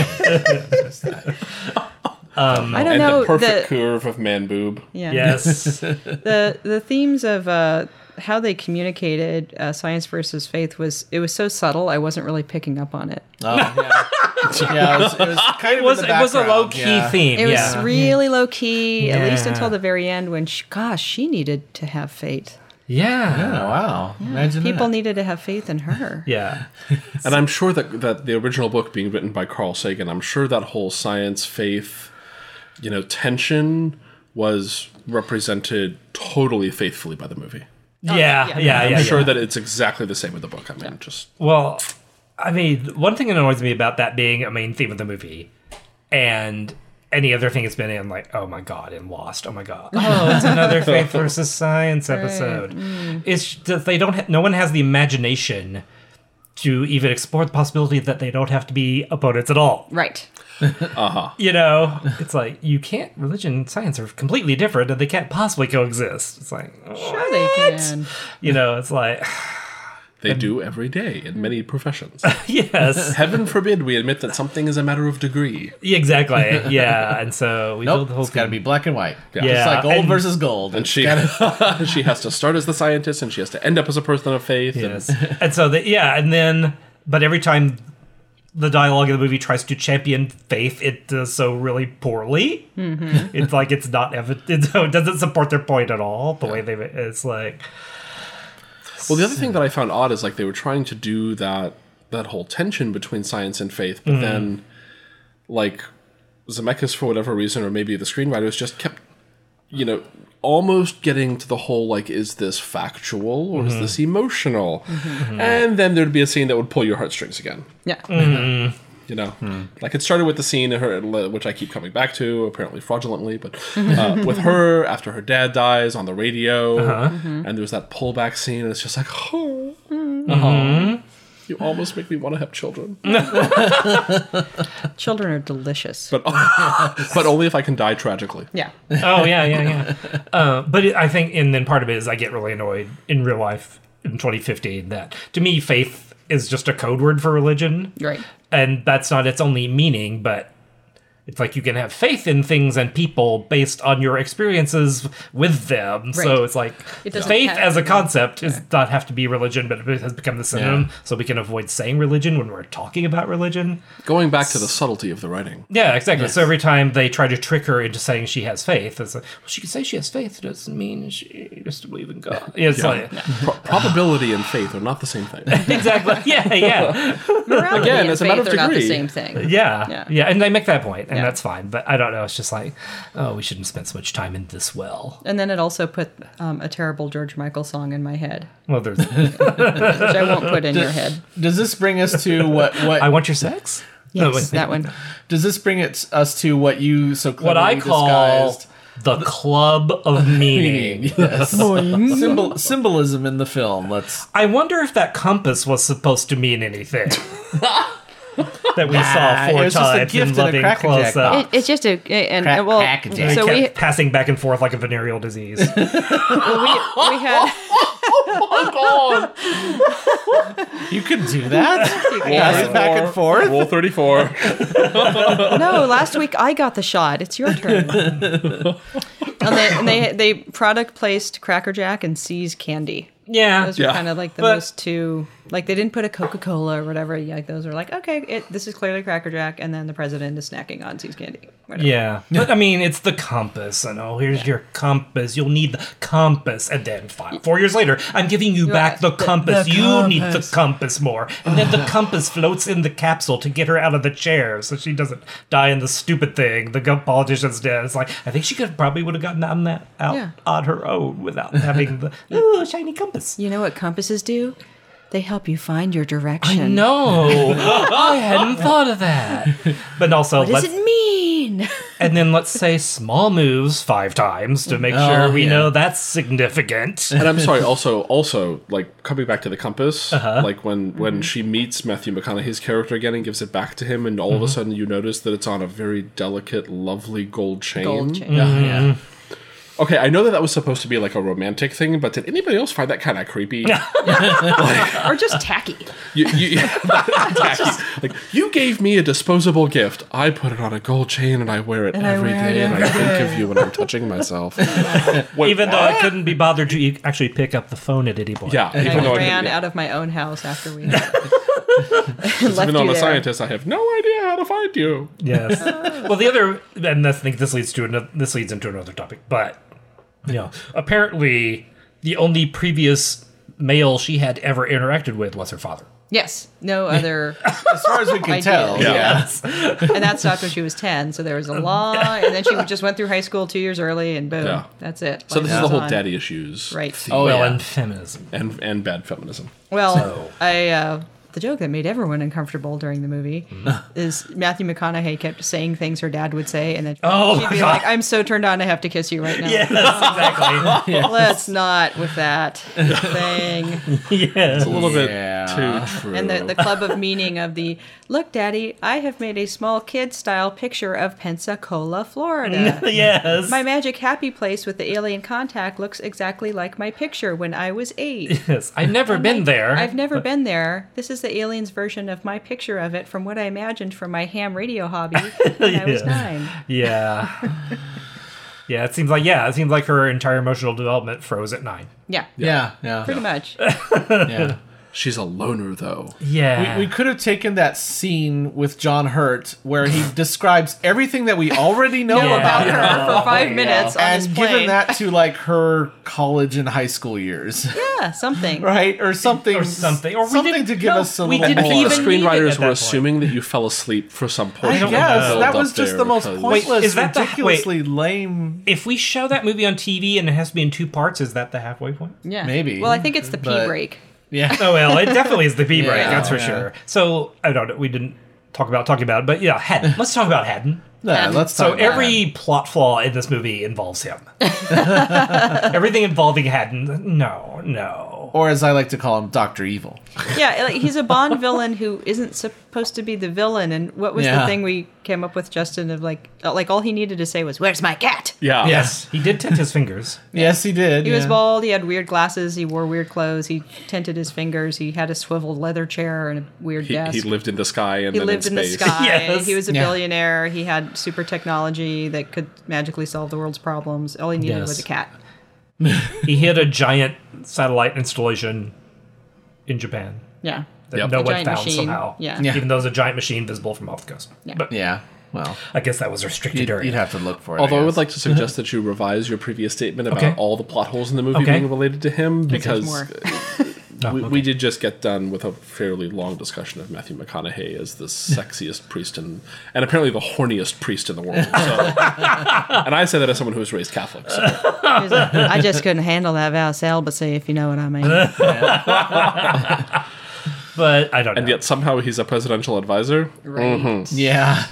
C: I don't
D: And
C: know
D: the perfect curve of man boob.
C: yeah.
B: Yes.
C: the the themes of uh, how they communicated uh, science versus faith was it was so subtle I wasn't really picking up on it.
A: Oh, yeah. yeah, it was, it was kind of
B: It was
A: in the
B: it was a
A: background,
B: low key
A: yeah.
B: theme.
C: It was
B: yeah.
C: really low key, at least
B: Yeah.
C: until the very end when she, gosh she needed to have faith.
B: yeah.
A: Oh, wow! Imagine
C: People
A: that.
C: needed to have faith in her.
B: Yeah.
D: And I'm sure that that the original book being written by Carl Sagan, I'm sure that whole science faith, you know, tension was represented totally faithfully by the movie.
B: Oh, Yeah. Yeah.
C: yeah.
B: Yeah.
D: I'm
B: yeah.
D: sure that it's exactly the same with the book. I mean, just
B: Well, I mean, one thing that annoys me about that being a main theme of the movie and any other thing it's been in, like, oh my God, and Lost, oh my God. Oh, it's another Faith versus Science episode. It's just they don't, ha- no one has the imagination to even explore the possibility that they don't have to be opponents at all.
C: Right.
B: You know, it's like, you can't, religion and science are completely different and they can't possibly coexist. It's like,
C: Sure they can.
B: you know, it's like,
D: they do every day in many professions.
B: yes,
D: Heaven forbid we admit that something is a matter of degree.
B: exactly. Yeah. And so we build
A: Nope,
B: the whole
A: it's got to
B: thing.
A: be black and white.
D: Yeah.
A: It's like gold
B: and-
A: versus gold.
D: And she she has to start as the scientist, and she has to end up as a person of faith. and-
B: Yes. and so the, yeah, and then but every time the dialogue of the movie tries to champion faith, it does so really poorly.
A: Mm-hmm.
B: It's like it's not evi- it's, it doesn't support their point at all. The way they it's like
D: Well, the other thing that I found odd is like they were trying to do that that whole tension between science and faith, but then like Zemeckis for whatever reason, or maybe the screenwriters just kept you know almost getting to the whole like is this factual or is this emotional and then there'd be a scene that would pull your heartstrings again
C: Yeah.
D: Mm. you know like it started with the scene of her which i keep coming back to apparently fraudulently but uh, with her after her dad dies on the radio and there's that pullback scene and it's just like oh, oh, you almost make me want to have children
C: Children are delicious.
D: but, but only if i can die tragically
C: yeah.
B: oh yeah yeah yeah. Uh, but it, I think and then part of it is I get really annoyed in real life in 2015 that to me faith is just a code word for religion.
C: Right.
B: and that's not its only meaning, but it's like you can have faith in things and people based on your experiences with them.
C: Right.
B: So it's like
C: It doesn't
B: faith
C: have-
B: as a concept is not have to be religion, but it has become the synonym. So we can avoid saying religion when we're talking about religion.
D: going back to the subtlety of the writing
B: Yeah, exactly. So every time they try to trick her into saying she has faith, it's like, well, she can say she has faith. It doesn't mean she has to believe in God. It's like,
D: Pro- probability and faith are not the same thing
B: exactly. Yeah, yeah,
C: Morality
D: Again,
C: and
D: it's a
C: faith
D: matter of
C: are not the
D: degree.
C: same thing.
B: yeah,
C: Yeah.
B: yeah, And they make that point, and
C: Yeah.
B: that's fine. But I don't know. It's just like, oh, we shouldn't spend so much time in this well.
C: And then it also put um, a terrible George Michael song in my head,
B: Well, there's.
C: which I won't put in your head.
A: Does this bring us to what? What
B: I want your sex. No,
C: Yes,
B: wait.
C: that one.
A: does this bring it, us to? What you so
B: What
A: cleverly
B: I call
A: disguised
B: the club of meaning.
A: Yes.
B: Oh,
A: Symbol, symbolism in the film. Let's.
B: I wonder if that compass was supposed to mean anything. that we
A: Nah,
B: saw
A: it
B: four
A: was just a
B: times
A: gift
B: in
A: and a
B: loving
A: Cracker Jack
B: close up.
A: box.
E: It, it's just a and
A: Crack-
E: well,
A: crack attack.
E: so
B: kept
E: we
B: passing back and forth like a venereal disease.
E: we had
D: Oh,
A: You could do that. Pass it back and
D: God.
A: forth.
D: Roll 34.
C: no, last week I got the shot. It's your turn. and they, and they they product placed Cracker Jack and C's candy.
B: yeah.
C: Those were
D: Yeah.
C: kind of like the
B: But-
C: most two. Like they didn't put a Coca Cola or whatever. Yeah, Like those are like okay, it, this is clearly Cracker Jack, and then the president is snacking on C's candy. Whatever.
B: Yeah. But I mean, it's the compass. And oh, here's your compass. You'll need the compass. And then five, four years later, I'm giving you back the, compass. you need the compass more. And then the compass floats in the capsule to get her out of the chair so she doesn't die in the stupid thing. The gov- politician's dead. It's like, I think she could probably would have gotten out, on that, out
C: Yeah.
B: on her own without having the ooh, shiny compass.
C: You know what compasses do? They help you find your direction.
B: I know. I hadn't thought of that. But also,
C: What does
B: let's,
C: it mean?
B: and then let's say small moves five times to make sure
A: Oh,
B: we
A: yeah.
B: know that's significant.
D: And I'm sorry, also, also, like, coming back to the compass,
B: Uh-huh.
D: like, when,
C: Mm-hmm.
D: when she meets Matthew McConaughey's character again and gives it back to him, and all of
B: Mm-hmm.
D: a sudden you notice that it's on a very delicate, lovely gold chain.
C: Gold chain.
B: Mm-hmm.
A: yeah.
D: Okay, I know that that was supposed to be, like, a romantic thing, but did anybody else find that kind of creepy?
C: or just tacky.
D: you, you, tacky. like, you gave me a disposable gift. I put it on a gold chain and I wear it
C: I
D: every day,
C: wear it
D: and I
C: every
D: think of you when I'm touching myself. Wait,
B: Even though
D: what?
B: I couldn't be bothered to e- actually pick up the phone at any point.
D: Yeah, even
C: I
D: though I
C: ran
D: didn't-
C: out of my own house after we
D: even
C: left
D: though I'm
C: you
D: a
C: there.
D: scientist, I have no idea how to find you.
B: Yes. well, the other, and that's, I think this leads to another, this leads into another topic, but you know, apparently the only previous male she had ever interacted with was her father.
C: Yes, no other,
A: As far as we can
C: Idea.
A: tell.
D: Yeah.
A: Yeah.
C: and that stopped when she was ten. So there was a long, and then she just went through high school two years early, and boom,
D: Yeah.
C: that's it.
D: So
C: Life
D: this is the
C: goes
D: whole
C: on.
D: daddy issues,
C: Right.
D: theme
A: Oh,
B: well,
A: yeah.
B: and feminism.
D: and and bad feminism.
C: Well,
B: So-
C: I uh, the joke that made everyone uncomfortable during the movie
B: Mm-hmm.
C: is Matthew McConaughey kept saying things her dad would say, and then
B: Oh,
C: she'd
B: my
C: be
B: God.
C: like, "I'm so turned on, I have to kiss you right now."
B: Yes, exactly.
C: Let's not with that thing.
B: yes.
D: A little
A: Yeah.
D: bit too true.
C: And the, the club of meaning of the look, Daddy, I have made a small kid style picture of Pensacola, Florida.
B: Yes.
C: My magic happy place with the alien contact looks exactly like my picture when I was eight.
B: yes. I've never been there.
C: I've never been there. This is the alien's version of my picture of it from what I imagined from my ham radio hobby when I was
B: Yeah.
C: nine.
B: Yeah. yeah, it seems like yeah, it seems like her entire emotional development froze at nine.
C: Yeah,
A: Yeah. Yeah.
C: pretty much.
A: yeah.
D: She's a loner though.
B: Yeah.
A: We, we could have taken that scene with John Hurt where he describes everything that we already know
C: Know
A: about
C: about her for five minutes on this
A: and given
C: plane.
A: that to like her college and high school years,
C: yeah, something.
A: right, or something,
B: Or something. Or we
A: something
B: didn't-
A: to give
B: no,
A: us a
B: we
A: little
B: didn't
A: more.
D: The
B: even- need it at
D: screenwriters
B: that
D: were
B: point.
D: assuming that you fell asleep for some portion.
B: don't
D: of
B: know.
A: Yes,
D: the
A: that
D: build
A: was
D: up
A: just
D: there
A: the most
D: because-
A: pointless,
B: is that the- wait.
A: ridiculously lame.
B: if we show that movie on TV and it has to be in two parts, is that the halfway point?
C: Yeah.
A: Maybe,
C: Well, I think it's the pee
A: but-
C: break.
A: Yeah,
B: Oh well, it definitely is the B break,
A: Yeah.
B: that's for
A: Yeah.
B: sure. So I don't know, we didn't talk about talking about it, but yeah, Haddon. Let's talk about Haddon.
A: no, let's
B: So
A: talk about
B: every plot flaw in this movie involves him. Everything involving Haddon. No, no.
A: or as I like to call him, Doctor Evil.
C: yeah, like he's a Bond villain who isn't supposed to be the villain. And what was
A: Yeah.
C: the thing we came up with, Justin? Of like, uh, like all he needed to say was, "Where's my cat?"
D: Yeah.
B: Yes, he did tint his fingers.
A: Yes, he did.
C: He was
A: yeah.
C: bald. He had weird glasses. He wore weird clothes. He tinted his fingers. He had a swiveled leather chair and a weird
D: He,
C: desk.
D: he lived in the sky and
C: He
D: then
C: lived in, the
D: in space.
C: sky.
B: Yes.
C: He was a
A: Yeah.
C: billionaire. He had super technology that could magically solve the world's problems. All he needed
B: Yes.
C: was a cat.
B: He hit a giant satellite installation in Japan
C: Yeah.
B: that
D: Yep.
B: no
D: A
B: one
C: giant
B: found
C: machine.
B: somehow.
C: Yeah.
A: Yeah.
B: Even though it was a giant machine visible from off the coast.
C: Yeah.
B: But
A: Yeah, well,
B: I guess that was restricted
A: you'd,
B: area.
A: you'd have to look for it.
D: Although I, would
A: guess.
D: like to suggest that you revise your previous statement about
B: Okay.
D: all the plot holes in the movie
B: Okay.
D: being related to him because
C: more.
B: Oh,
D: we,
B: okay.
D: we did just get done with a fairly long discussion of Matthew McConaughey as the sexiest priest in, and apparently the horniest priest in the world. So, and I say that as someone who was raised Catholic. So.
C: He was like, I just couldn't handle that vow celibacy, if you know what I mean.
B: but I don't know.
D: and yet somehow he's a presidential advisor.
C: Right.
A: Yeah.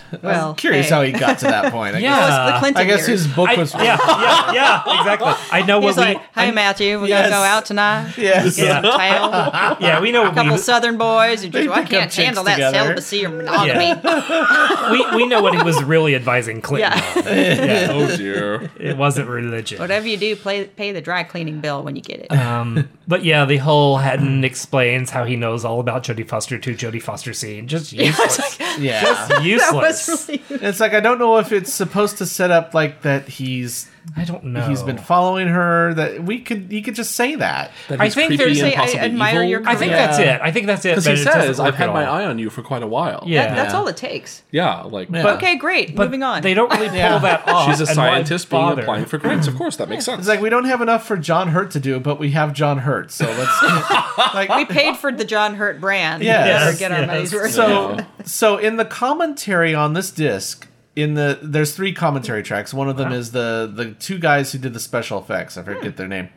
C: Well,
A: curious
C: hey.
A: how he got to that point. I
B: Yeah.
A: guess,
C: Well, it's the Clinton
A: I guess
C: years.
A: his book
B: I,
A: was.
B: yeah, yeah, yeah, exactly. I know what
C: He's
B: we.
C: like, "Hey, Matthew, we're
A: Yes.
C: gonna go out tonight.
A: Yes.
B: yeah,
C: Town.
B: yeah, we know what
C: couple
B: we,
C: Southern boys who just, "Well, I
A: pick up
C: can't
A: chicks
C: handle that
A: together."
C: celibacy or monogamy.
B: we we know what he was really advising Clinton.
C: Yeah.
B: on. Yeah,
D: Oh dear.
B: it wasn't religion.
C: Whatever you do, play, pay the dry cleaning bill when you get it.
B: Um, but yeah, the whole Hatton explains how he knows all about Jodie Foster to Jodie Foster scene. Just useless.
A: Yeah.
C: that
B: useless.
C: was really
A: It's like I don't know if it's supposed to set up like that he's
B: I don't know.
A: he's been following her that we could he could just say that.
D: That
B: I
D: he's
B: think
D: creepy
B: there's
D: and
C: a- I
D: possibly
C: admire
D: evil.
C: your
B: I think
A: Yeah.
B: that's it. I think that's it.
D: because he
B: but it doesn't
D: says,
B: work
D: "I've had
B: at
D: my
B: all."
D: eye on you for quite a while."
B: Yeah.
C: That- That's all it takes.
D: yeah, like
A: Yeah.
D: but
C: Okay, great.
B: But
C: Moving on.
B: They don't really pull
A: Yeah.
B: that off.
D: she's a
B: and why
D: scientist being
B: bother?
D: applying for grants. Of course, that makes sense.
A: It's like we don't have enough for John Hurt to do, but we have John Hurt, so let's like
C: we paid for the John Hurt brand.
A: Yes.
C: We better
B: Yes,
C: get our
B: yes.
C: money's worth.
A: So
D: Yeah.
A: so in the commentary on this disc, in the there's three commentary tracks. One of them is the the two guys who did the special effects. I forget their name.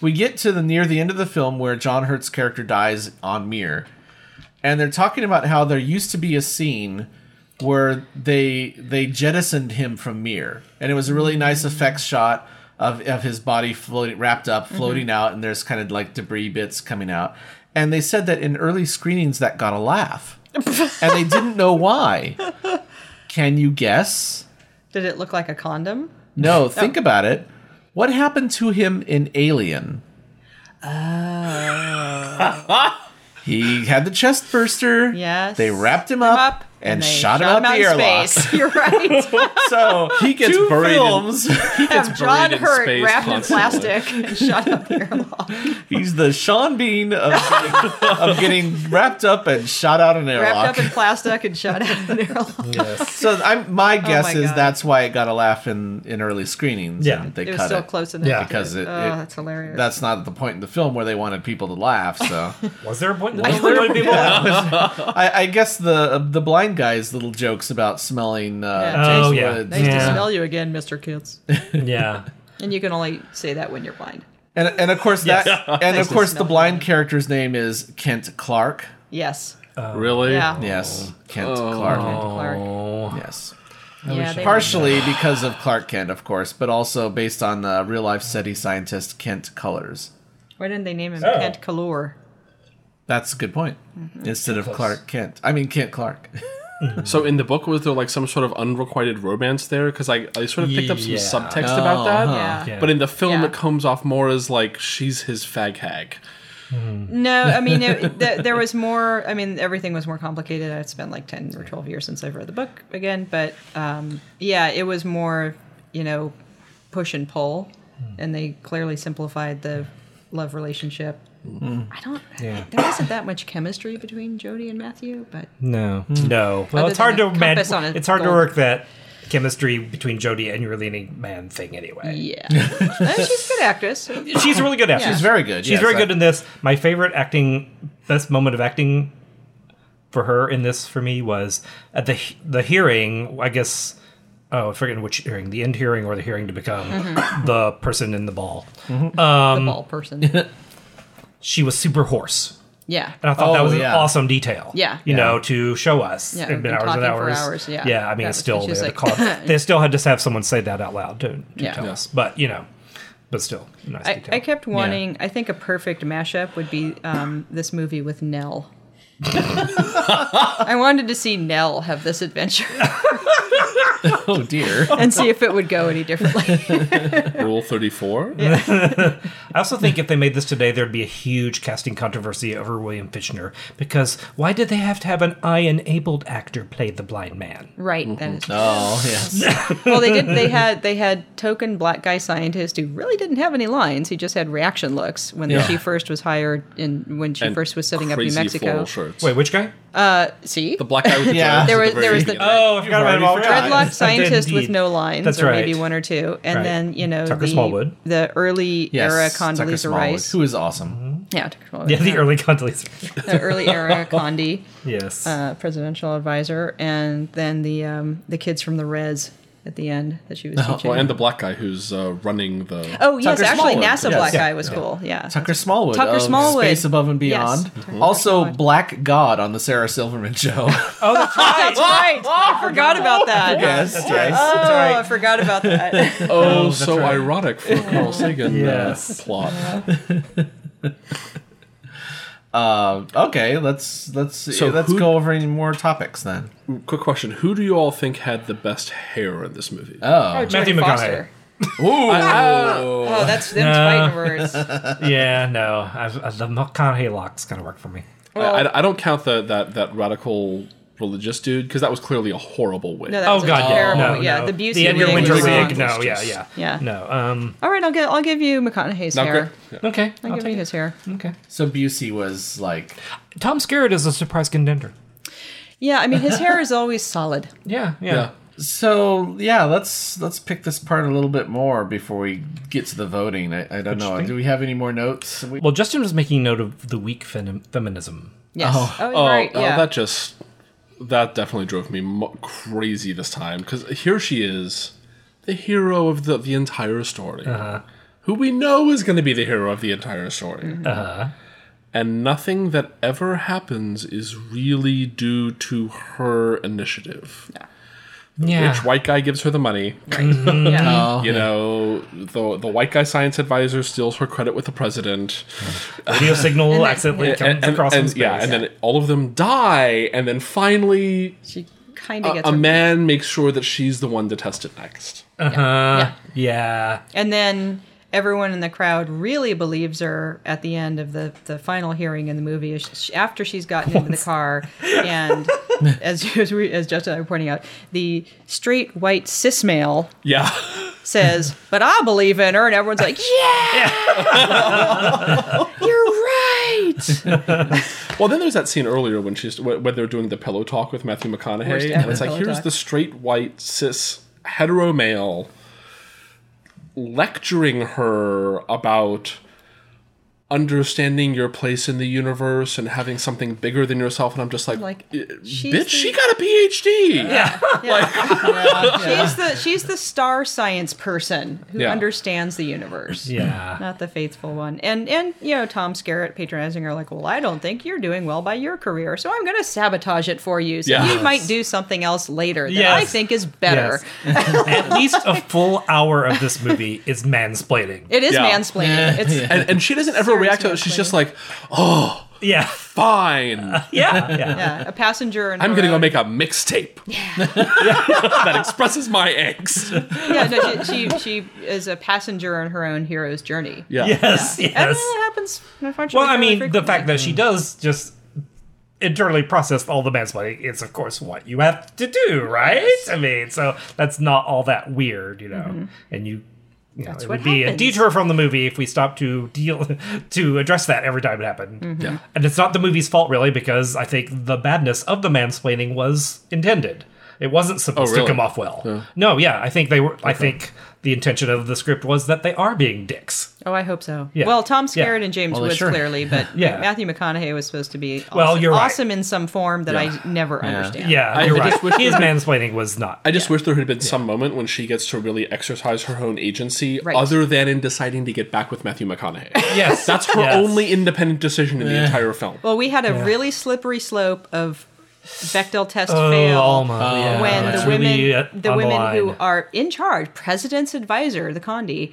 A: We get to the near the end of the film where John Hurt's character dies on Mir, and they're talking about how there used to be a scene where they they jettisoned him from Mir, and it was a really nice effects shot of of his body floating, wrapped up, floating out, and there's kind of like debris bits coming out. And they said that in early screenings that got a laugh, and they didn't know why. Can you guess?
C: Did it look like a condom?
A: No, think about it. What happened to him in Alien? Oh. he had the chest burster.
C: Yes.
A: They wrapped him up, and,
C: they
A: shot, him out the
C: in
A: airlock.
C: space. You're right.
A: So he gets
D: Two
A: buried. in-
D: films.
C: Have John
D: buried in
C: Hurt
D: space
C: wrapped
D: constantly.
C: in plastic and shot out the airlock.
A: he's the Sean Bean of getting, of getting wrapped up and shot out an airlock.
C: Wrapped up in plastic and shot out an airlock.
A: so I'm, my guess is
C: Oh God.
A: that's why it got a laugh in, in early screenings.
B: Yeah.
A: and they
C: It was
A: cut
C: still
A: it.
C: close enough.
B: Yeah.
C: to-
A: Because it-
C: oh,
A: it-
C: that's hilarious.
A: That's not the point in the film where they wanted people to laugh. So
B: Was there a point?
A: I
B: Was there
A: wonder-
B: a people?
A: I, I guess the the blind guy's little jokes about smelling uh,
C: Yeah.
A: James
B: Oh, yeah.
A: Woods.
C: nice to
B: Yeah.
C: smell you again, Mr. Kids.
B: Yeah.
C: And you can only say that when you're blind.
A: And, and of course that
B: Yes.
A: and
C: Nice
A: of
C: to
A: course the
C: smell
A: blind character's name is Kent Clark.
C: Yes.
D: really?
C: Yeah.
A: Yes, Kent Clark.
C: Clark.
A: Yes.
C: Yeah, they-
A: Partially because of Clark Kent, of course, but also based on uh, real life SETI scientist Kent Colors.
C: Why didn't they name him
B: Oh.
C: Kent Kalor?
A: That's a good point.
C: Mm-hmm.
A: Instead of Clark Kent, I mean Kent Clark.
D: So in the book, was there like some sort of unrequited romance there? Because I, I sort of picked up some
B: Yeah. Uh-huh.
D: subtext about that.
C: Yeah.
B: Yeah.
D: But in the film,
C: Yeah.
D: it comes off more as like she's his fag hag.
C: No, I mean it, th- there was more. I mean everything was more complicated. It's been like ten or twelve years since I've read the book again, but um, yeah, it was more you know push and pull, and they clearly simplified the love relationship. I don't. There wasn't that much chemistry between Jody and Matthew, but
B: No. No. Hmm. Well,
C: Other
B: it's hard to
C: than a
B: man,
C: compass on a
B: It's hard to
C: gold-
B: work that chemistry between Jodie and your leaning man thing anyway.
C: yeah, Uh, she's a good actress.
B: She's a really good actress.
C: Yeah.
A: She's very good. uh,
B: She's very good in this. My favorite acting, best moment of acting for her in this for me was at the the hearing. I guess oh, I forget which hearing, the end hearing or the hearing to become
C: Mm-hmm.
B: the person in the ball.
C: The ball person.
B: She was super hoarse,
C: Yeah,
B: and I thought that
A: Oh,
B: was an
A: yeah.
B: awesome detail.
C: Yeah.
B: you
A: Yeah.
B: know, to show us.
C: Yeah,
B: It'd
C: we've
B: been
C: been
B: hours and
C: talking for
B: hours.
C: hours, yeah.
B: yeah. I mean,
C: That
B: it's
C: was-
B: still
C: it's just
B: there. to
C: like-
B: call- they still had to have someone say that out loud to, to
C: Yeah.
B: tell
C: Yeah.
B: us. But you know, but still, nice
C: I,
B: detail.
C: I kept wanting. I think a perfect mashup would be um, this movie with Nell. I wanted to see Nell have this adventure
A: Oh dear.
C: and see if it would go any differently.
D: Rule 34?
B: I also think if they made this today, there'd be a huge casting controversy over William Fitchner because why did they have to have an eye-enabled actor play the blind man?
C: right. That is.
A: Oh yes.
C: Well, they did. They had they had token black guy scientist who really didn't have any lines. He just had reaction looks when
A: Yeah.
C: she first was hired and when she first was setting up New
D: crazy
C: Mexico.
D: floral shirts.
B: Wait, which guy?
C: Uh, see,
D: the black guy with the
A: Yeah.
D: dreads
A: There
D: at
C: was-
D: the
C: there
D: very
C: was the-
D: beginning.
B: Oh, I forgot
A: You've
B: about him.
A: already forgotten.
B: I did
C: dreadlock scientist with
B: indeed.
C: no lines,
B: That's
C: or
B: right.
C: maybe one or two, and
B: Right.
C: then you know
B: Tucker
C: the
B: Smallwood.
C: the early
A: Yes.
C: era
A: Tucker
C: Condoleezza
A: Smallwood,
C: Rice. Mm-hmm.
A: who is awesome.
C: Yeah, Tucker Smallwood.
B: Yeah, the early Condoleezza.
C: the early era Condi,
B: Yes.
C: uh, presidential advisor, and then the um, the kids from the Res. at the end that she was teaching.
D: Well, Oh, and the black guy who's uh, running the.
C: oh yes,
A: Tucker
C: actually
A: Smallwood.
C: NASA
A: Yes.
C: Black
A: Yeah.
C: Guy was cool. Yeah.
A: Tucker Smallwood.
C: Tucker
A: of
C: Smallwood.
A: Space Above and
C: Yes.
A: Beyond.
C: Tucker
A: Also,
C: Smallwood.
A: Black God on the Sarah Silverman show.
B: Oh, that's right.
C: That's right. I forgot about that.
A: yes, yes.
C: Oh,
B: That's right.
C: I forgot about that.
D: Oh,
B: that's
D: so
B: right.
D: ironic for a Carl Sagan
B: Yes.
D: uh, plot.
A: Uh,
C: Oh.
A: okay, let's let's
D: So
A: let's
D: who-
A: go over any more topics then.
D: Quick question: Who do you all think had the best hair in this movie?
A: Oh,
B: Uh, Matthew
C: Jodie
B: McConaughey.
C: Foster. Oh, that's
B: No.
C: them fighting words.
B: yeah, no, I, I, the McConaughey locks kind of work for me.
D: I, I- I don't count the, that that radical religious dude because that was clearly a horrible wig.
C: No, that
B: Oh
C: was a
B: God, yeah,
C: terrible.
B: no,
C: yeah,
B: no.
C: the Busey
B: the Edgar
C: wig
B: Winter
C: was wrong.
B: wig. No, yeah, yeah,
C: Yeah.
B: No, um,
C: All right, I'll give I'll give you McConaughey's
D: Not
C: hair.
D: great. Yeah.
B: okay,
C: I'll,
B: I'll
C: give you
B: take it.
C: his hair.
B: Okay,
A: so Busey was like,
B: Tom Skerritt is a surprise contender.
C: Yeah, I mean his hair is always solid.
B: Yeah, yeah.
D: Yeah.
A: so yeah. Let's let's pick this part a little bit more before we get to the voting. I, I don't know.
B: Interesting.
A: Do we have any more notes? We-
B: Well, Justin was making note of the weak fem- feminism.
C: Yes. Oh,
D: Oh,
C: right.
D: oh,
C: yeah.
D: that just that definitely drove me mo- crazy this time because here she is, the hero of the the entire story,
B: Uh-huh.
D: who we know is going to be the hero of the entire story,
C: Mm-hmm.
B: Uh-huh.
D: and nothing that ever happens is really due to her initiative.
B: Yeah,
D: Rich white guy gives her the money.
C: yeah.
A: oh,
D: You know, the the white guy science advisor steals her credit with the president.
B: radio signal
C: then-
B: accidentally
D: And-
B: comes
D: and-
B: across
D: and-
B: in space.
D: yeah, and then all of them die, and then finally
C: she kind of
D: a,
C: gets
D: a
C: her-
D: man makes sure that she's the one to test it next.
B: uh, yeah.
C: and then everyone in the crowd really believes her at the end of the, the final hearing in the movie is sh after she's gotten into the car and as as, we, as Justin and I were pointing out the straight white cis male
D: Yeah.
C: says but I believe in her and everyone's like yeah, you're right
D: well, then there's that scene earlier when she's when when they're doing the pillow talk with Matthew
C: Worst
D: McConaughey,
C: ever
D: and it's like
C: pillow
D: here's
C: talk.
D: the straight white cis hetero male lecturing her about understanding your place in the universe and having something bigger than yourself and I'm just like,
C: Like,
D: "Eh,
C: she's
D: bitch
C: the-
D: she got a PhD
C: she's the she's the star science person who
D: Yeah.
C: understands the universe
B: Yeah.
C: not the faithful one. And and you know, Tom Skerritt patronizing her like, well, I don't think you're doing well by your career, so I'm going to sabotage it for you. So
D: Yes.
C: you might do something else later that I
B: Yes.
C: think is better.
B: Yes. At least a full hour of this movie is mansplaining.
C: It is
D: Yeah.
C: mansplaining. It's
D: and, and she doesn't ever
C: Sarah's
D: react to
C: not
D: it she's
C: playing.
D: just like oh
B: Yeah.
D: fine
B: Yeah. Yeah.
C: yeah, a passenger. In
D: I'm
C: her
D: gonna go
C: own-
D: make a mixtape that expresses my angst.
C: Yeah, no, she, she she is a passenger on her own hero's journey.
D: Yeah.
B: Yes.
C: And
B: Yes.
C: that happens. Unfortunately,
B: Well, I
C: fairly
B: mean, the
C: frequently.
B: fact that she does just internally process all the mansplaining is, of course, what you have to do, right? I mean, so that's not all that weird, you know. And you, you know, it
C: Mm-hmm. what
B: would be a
C: happens.
B: detour from the movie if we stopped to deal to address that every time it happened.
C: Mm-hmm.
D: Yeah.
B: And it's not the movie's fault, really, because I think the badness of the mansplaining was intended. It wasn't supposed
D: Oh, really?
B: to come off well. No, yeah, I think they were. I think the intention of the script was that they are being dicks.
C: Oh, I hope so.
B: Yeah.
C: Well, Tom
B: Yeah.
C: Skerritt and James
A: Well, they
C: Woods
A: sure-
C: clearly, but
B: Yeah.
C: Matthew McConaughey was supposed to be awesome,
B: Well, you're right.
C: awesome in some form that I never understand.
B: Yeah,
D: I-
B: you're
D: I
B: right.
D: just wish
B: His mansplaining was not.
D: I just wish there had been some moment when she gets to really exercise her own agency,
C: Right.
D: other than in deciding to get back with Matthew McConaughey.
B: Yes,
D: That's her
B: Yes.
D: only independent decision in the entire film.
C: Well, we had a really slippery slope of Bechdel test
B: Oh,
C: fail
B: Alma, yeah.
C: when
B: That's
C: the women,
B: really, uh,
C: the
B: on
C: women who
B: line.
C: are in charge, president's advisor, the Condi,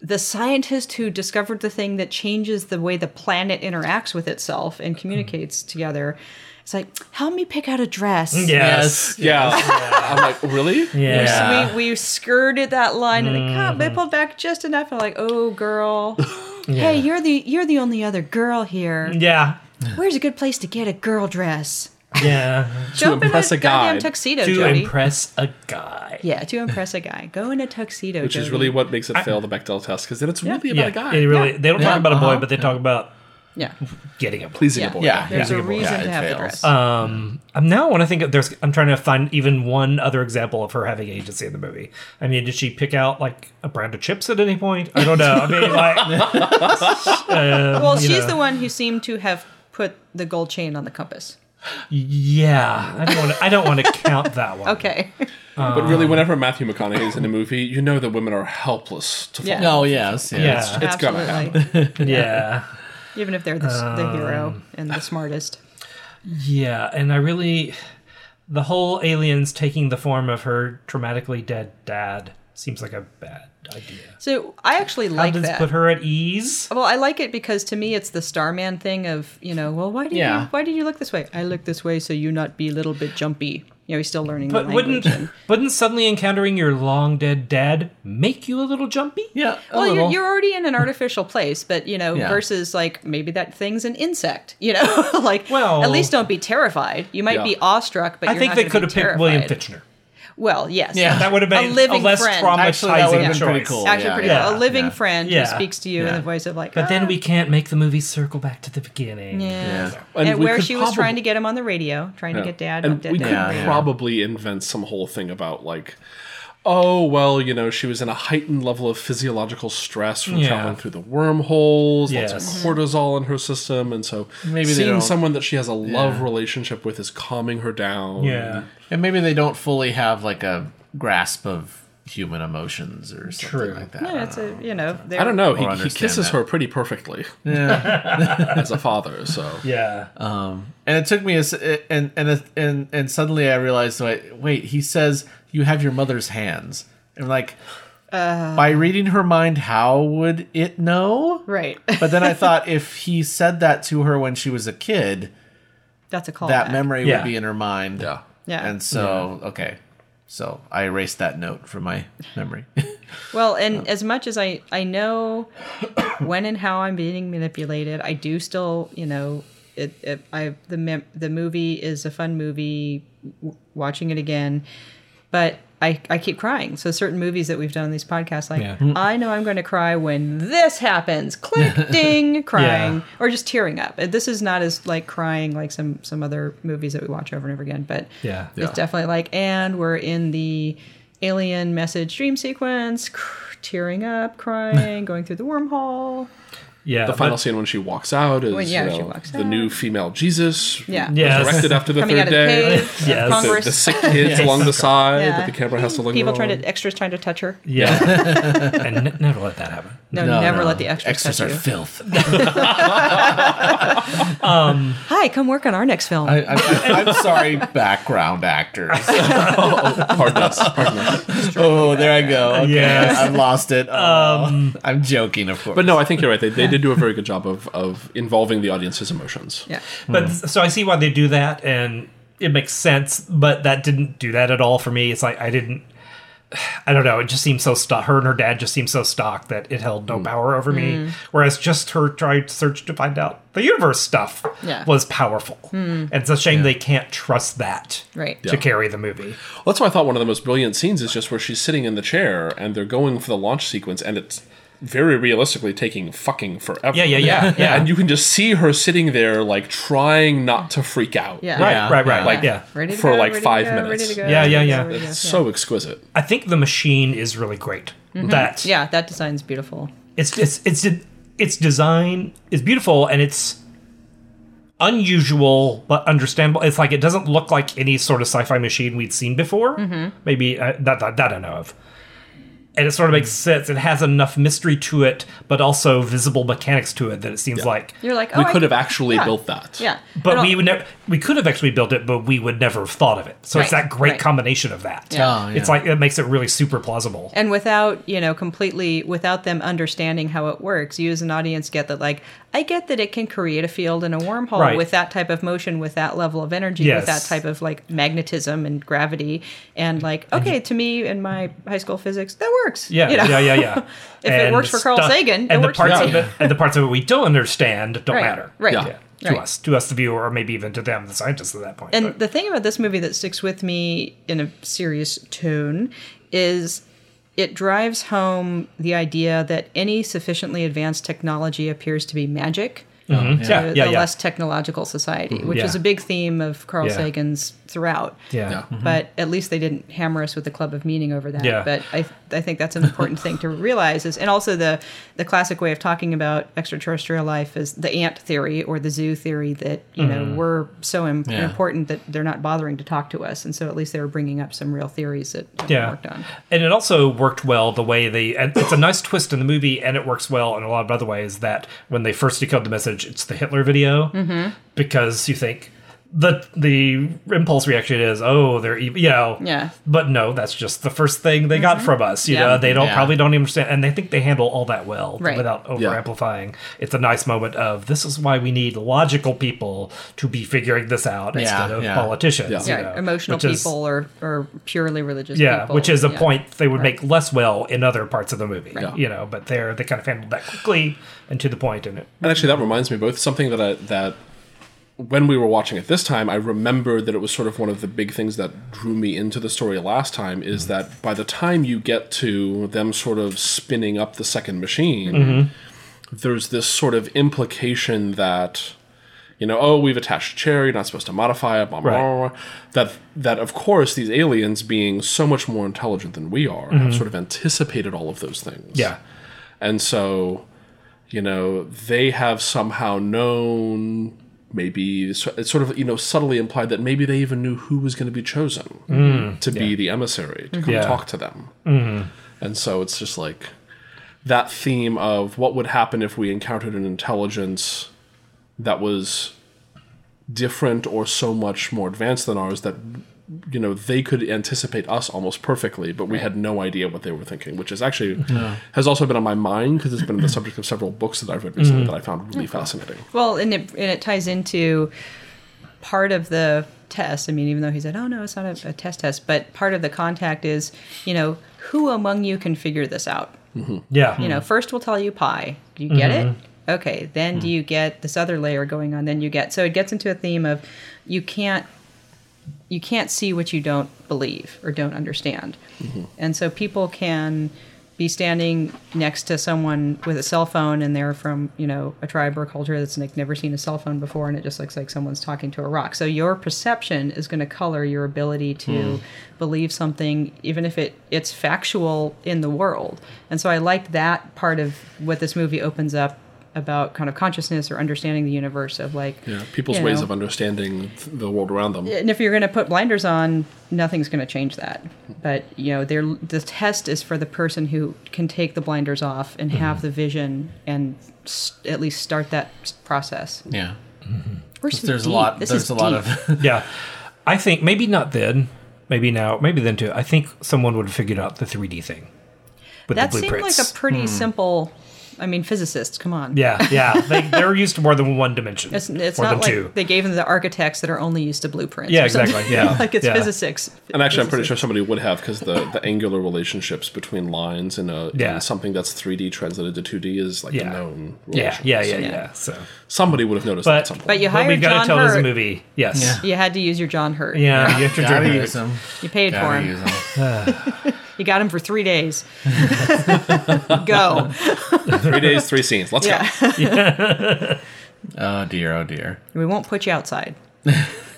C: the scientist who discovered the thing that changes the way the planet interacts with itself and communicates together. It's like, help me pick out a dress.
B: Yes.
D: yeah. I'm like, really?
B: Yeah. Mm-hmm.
C: So we, we skirted that line and it kind of pulled back just enough. And like, oh, girl, hey, you're the you're the only other girl here.
B: yeah.
C: Where's a good place to get a girl dress?
B: Yeah.
C: Jump
D: impress
C: in
D: a
C: a, goddamn
D: guy.
C: tuxedo,
B: to
C: Jody.
B: impress a guy.
C: yeah, to impress a guy. Go in a tuxedo,
D: Which is
C: Jody.
D: really what makes it fail the Bechdel test, because then it's really about a guy.
B: It really, They don't
A: Yeah.
B: talk about a boy,
A: Uh-huh.
B: but they talk about
C: yeah.
B: getting a boy.
D: Pleasing
C: Yeah.
D: a boy.
A: yeah.
C: There's a
B: Reasonable.
C: reason
A: Yeah,
C: to
A: it
C: have the
A: fails.
C: dress.
B: Um, I'm now when I think of there's, I'm trying to find even one other example of her having agency in the movie. I mean, did she pick out like a brand of chips at any point? I don't know. I mean, like,
C: well, she's
B: know.
C: the one who seemed to have put the gold chain on the compass.
B: Yeah, I don't want to, I don't want to count that one.
C: Okay.
D: but really, whenever Matthew McConaughey is in a movie, you know that women are helpless to follow.
C: Yeah.
A: Oh yes, yes.
B: Yeah,
D: It's gonna
C: Absolutely.
B: yeah,
C: Even if they're the, s
B: Um,
C: the hero and the smartest.
B: yeah. And I really, the whole aliens taking the form of her traumatically dead dad seems like a bad idea.
C: So I actually like
B: How does
C: that.
B: put her at ease?
C: Well, I like it because to me it's the Starman thing of you know, well, why did
A: Yeah.
C: you why did you look this way? I look this way so you not be a little bit jumpy. You know, he's still learning
B: But
C: the language.
B: wouldn't
C: and-
B: wouldn't suddenly encountering your long dead dad make you a little jumpy?
A: Yeah, a
C: well, you're,
A: little.
C: you're already in an artificial place, but you know,
A: Yeah.
C: versus like maybe that thing's an insect. You know, like
B: Well-
C: at least don't be terrified. You might
D: Yeah.
C: be awestruck, but
B: I
C: you're
B: think
C: not
B: they
C: gonna
B: could
C: be
B: have picked William
C: terrified.
B: Fitchner.
C: Well, yes,
A: Yeah.
B: That would have
C: A
B: been a,
C: living
B: less
C: friend.
B: traumatizing
A: Actually, that would have been
B: choice.
A: pretty cool.
C: actually
A: yeah.
C: pretty
B: Yeah.
C: cool. A living
A: Yeah.
C: friend
B: Yeah.
C: who speaks to you in
A: Yeah.
C: the voice of like.
B: But then
C: "Ah."
B: we can't make the movie circle back to the beginning.
C: Yeah.
A: Yeah.
D: And
C: And,
D: we
C: where
D: could
C: she was trying
D: probably-
C: to get him on the radio, trying to
D: Yeah.
C: get dad.
D: And
C: not dead
D: we
C: dad.
D: could
A: Yeah, yeah.
D: probably invent some whole thing about like, oh well, you know, she was in a heightened level of physiological stress from
B: Yeah.
D: traveling through the wormholes, lots
C: Mm-hmm.
B: Yes.
D: of cortisol in her system, and so
A: Maybe they
D: seeing
A: don't-
D: someone that she has a love relationship with is calming her down.
B: Yeah.
A: And maybe they don't fully have like a grasp of human emotions or something
B: True.
A: like that.
C: Yeah, it's a you know.
D: I don't know. He,
A: Or
D: he
A: Oh, understand
D: kisses
A: that.
D: her pretty perfectly as a father. So
B: Yeah.
A: And it took me a s and and a, and and suddenly I realized wait, wait, he says you have your mother's hands. And like
C: Uh.
A: by reading her mind, how would it know?
C: Right.
A: But then I thought if he said that to her when she was a kid,
C: That's a call.
A: that
C: back.
A: memory
B: Yeah.
A: would be in her mind.
D: yeah,
C: Yeah.
A: And so, okay. So I erased that note from my memory.
C: well, and as much as I I know when and how I'm being manipulated, I do still you know it. it I the mem- the movie is a fun movie. W- watching it again, but. I, I keep crying. So certain movies that we've done on these podcasts, like
B: Yeah.
C: I know I'm going to cry when this happens. Click, ding, crying, or just tearing up. This is not as like crying like some some other movies that we watch over and over again. But
B: Yeah.
C: It's definitely like, and we're in the alien message dream sequence, cr- tearing up, crying, going through the wormhole.
B: yeah.
D: the final scene when she walks out is
C: When- yeah,
D: you
C: she
D: know,
C: walks
D: the
C: out.
D: new female Jesus.
C: Yeah.
B: Yes.
D: Resurrected after the
C: Coming
D: third
C: out of the
D: day.
B: Yes.
C: cave, of
D: the,
C: Congress.
D: the sick kids along the side
C: Yeah.
D: that the camera has to linger
C: People
D: on.
C: trying to extras trying to touch her.
B: Yeah. and n- never let that happen.
C: No,
A: No,
C: never
A: no.
C: let the extras,
A: Extras are
C: touch you.
A: filth.
C: Hi, come work on our next film.
A: I, I, I'm sorry, background actors.
D: Pardon us. Pardon us.
A: Oh, there I go. Okay,
B: Yes.
A: I've lost it. Oh, I'm joking, of course.
D: But no, I think you're right. They, they did do a very good job of, of involving the audience's emotions.
C: yeah.
B: But so I see why they do that, and it makes sense. But that didn't do that at all for me. It's like I didn't. I don't know. It just seemed so stock. Her and her dad just seemed so stock that it held no power over me. Whereas just her trying to search to find out the universe stuff
C: Yeah.
B: was powerful. And it's a shame they can't trust that
C: Right.
B: to carry the movie.
D: Well, that's why I thought one of the most brilliant scenes is just where she's sitting in the chair and they're going for the launch sequence and it's very realistically taking fucking forever.
B: Yeah, yeah, yeah, yeah.
D: And you can just see her sitting there like trying not to freak out.
C: Yeah.
B: right,
A: Yeah.
B: right, right,
A: Yeah.
B: Like
C: Yeah.
B: yeah.
C: Ready to
D: for
C: go,
D: like
C: ready to
D: five
C: go, ready
D: minutes.
C: to go,
B: Yeah,
C: ready
B: yeah,
C: to go,
B: yeah.
C: ready to go.
D: It's so exquisite.
B: I think the machine is really great. That
C: Yeah, that design's beautiful.
B: it's it's it's its design is beautiful and it's unusual but understandable. It's like it doesn't look like any sort of sci-fi machine we'd seen before.
C: Mm-hmm.
B: Maybe uh, that, that that I don't know of. And it sort of makes
C: Mm-hmm.
B: sense. It has enough mystery to it, but also visible mechanics to it that it seems like.
C: You're like, oh,
D: We
C: I
D: could have
C: can-
D: actually
C: yeah.
D: built that.
C: Yeah.
B: But
C: And
B: we
C: al-
B: would never. We could have actually built it, but we would never have thought of it. So it's
C: Right,
B: that great
C: right.
B: combination of that.
A: Yeah. Oh, yeah.
B: It's like it makes it really super plausible.
C: and without you know completely without them understanding how it works you as an audience get that like i get that it can create a field in a wormhole
B: Right.
C: with that type of motion with that level of energy
B: Yes.
C: with that type of like magnetism and gravity and like okay to me in my high school physics that works
B: Yeah,
C: you know?
B: yeah, yeah, yeah.
C: If it works for Carl
B: stuff-
C: Sagan, it
B: and the
C: works for
B: parts
C: me.
B: of it, and the parts of it we don't understand don't
C: Right,
B: matter.
C: right.
D: Yeah.
B: to
C: Right.
B: us, to us, the viewer, or maybe even to them, the scientists at that point.
C: And
B: but-
C: the thing about this movie that sticks with me in a serious tone is it drives home the idea that any sufficiently advanced technology appears to be magic.
B: Yeah,
C: the,
B: yeah,
C: the
B: yeah.
C: less technological society, which
B: Yeah.
C: is a big theme of Carl
B: Yeah.
C: Sagan's throughout.
B: yeah. Mm-hmm.
D: Yeah.
C: But at least they didn't hammer us with the club of meaning over that.
B: Yeah.
C: But I, I think that's an important thing to realize is, and also the the classic way of talking about extraterrestrial life is the ant theory or the zoo theory that you
B: Mm-hmm.
C: know were so im-
A: Yeah.
C: important that they're not bothering to talk to us, and so at least they were bringing up some real theories that have
B: Yeah.
C: worked on.
B: And it also worked well the way they. And it's a nice twist in the movie, and it works well in a lot of other ways. That when they first decode the message, it's the Hitler video
C: Mm-hmm.
B: because you think the the impulse reaction is, oh, they're evil, you know.
C: Yeah. Mm-hmm.
B: But no, that's just the first thing they got from us. You
C: Yeah.
B: know, they don't
A: Yeah.
B: probably don't even understand, and they think they handle all that well
C: Right.
B: without over amplifying. It's a nice moment of this is why we need logical people to be figuring this out instead of
A: yeah.
B: politicians.
D: Yeah.
B: you
C: Yeah,
B: know,
C: emotional
B: which is-
C: people or, or purely religious
B: yeah,
C: people.
B: which is a
C: Yeah.
B: point they would make less well in other parts of the movie.
D: Yeah.
B: You know, but they're they kind of handled that quickly and to the point in it.
D: And actually, that reminds me both something that I, that when we were watching it this time, I remember that it was sort of one of the big things that drew me into the story last time is that by the time you get to them sort of spinning up the second machine,
B: Mm-hmm.
D: there's this sort of implication that you know, oh, we've attached cherry, you're not supposed to modify it, blah, blah,
B: Right.
D: blah, blah. That, that, of course, these aliens being so much more intelligent than we are have sort of anticipated all of those things.
B: Mm-hmm. Yeah.
D: And so, you know, they have somehow known, maybe so- it's sort of, you know, subtly implied that maybe they even knew who was going to be chosen to be the emissary, to come
B: Yeah.
D: talk to them. And so it's just like that theme of what would happen if we encountered an intelligence that was different or so much more advanced than ours that you know they could anticipate us almost perfectly but we had no idea what they were thinking which is actually has also been on my mind because it's been the subject of several books that i've read
B: Mm.
D: recently that i found really fascinating
C: Well, and it, and it ties into part of the test. I mean, even though he said, oh, no, it's not a, a test test, but part of the contact is, you know, who among you can figure this out?
B: Yeah.
C: You know, first we'll tell you pi. Do you get it? Okay. Then do you get this other layer going on? Then you get. So it gets into a theme of you can't you can't see what you don't believe or don't understand. And so people can be standing next to someone with a cell phone and they're from, you know, a tribe or culture that's like never seen a cell phone before and it just looks like someone's talking to a rock. So your perception is going to color your ability to
D: Hmm.
C: believe something even if it it's factual in the world. And so I liked that part of what this movie opens up about kind of consciousness or understanding the universe of like
D: yeah people's
C: you
D: ways
C: know,
D: of understanding th- the world around them
C: and if you're going to put blinders on, nothing's going to change that. But you know, they're, the test is for the person who can take the blinders off and
B: Mm-hmm.
C: have the vision and s at least start that s- process.
A: Yeah.
C: We're so
A: There's a
C: deep.
A: lot.
C: This
A: there's
C: is
A: a lot
C: deep.
A: of.
B: yeah. I think maybe not then, maybe now, maybe then too. I think someone would have figured out the 3D thing with
C: that
B: the
C: seemed
B: blueprints. Hmm.
C: like a pretty simple. I mean, physicists, come on.
B: yeah, yeah. They, they're used to more than one dimension.
C: It's, it's
B: more than
C: not like
B: two.
C: they gave them the architects that are only used to blueprints.
B: Yeah,
C: or something.
B: exactly, yeah,
C: like it's
B: yeah.
C: physics.
D: and actually i'm pretty
C: physicists.
D: sure somebody would have because the, the angular relationships between lines in, a, in
B: Yeah.
D: something that's 3d translated to 2d is like
B: Yeah.
D: a known
B: yeah,
D: relationship.
B: yeah, yeah,
C: Yeah.
B: yeah, So,
D: somebody would have noticed that at
B: but
D: some point
C: But you
B: but
C: hired
B: we've got
C: John
B: to tell this
C: Hurt.
B: movie. Yes.
A: Yeah.
C: You had to use your John Hurt.
B: Yeah, you have to
A: Gotta
B: drink
A: use
B: it.
A: them.
C: You paid for
A: Gotta
C: him.
A: use them.
C: You got him for three days. Go.
D: three days three scenes let's go
C: Yeah.
A: Oh dear. Oh dear.
C: We won't put you outside.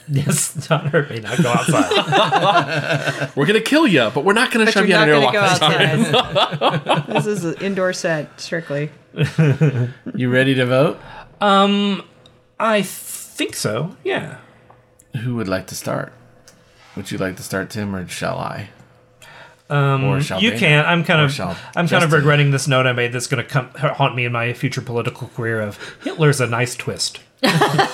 B: Yes, John Hurt may not go outside.
D: We're gonna kill you, but we're not gonna
C: But
D: shove
C: you're
D: you out
C: not
D: an
C: going to
D: airlock
C: go
D: this time.
C: outside. this is an indoor set, strictly.
A: You ready to vote?
B: I think so. Yeah.
A: Who would like to start? Would you like to start, Tim, or shall I? Um, or shall
B: you
A: they?
B: can. I'm kind of.
A: shall
B: I'm kind of
A: Justin?
B: regretting this note I made. That's going to come haunt me in my future political career. Of Hitler's a nice twist. anyway,
D: Well,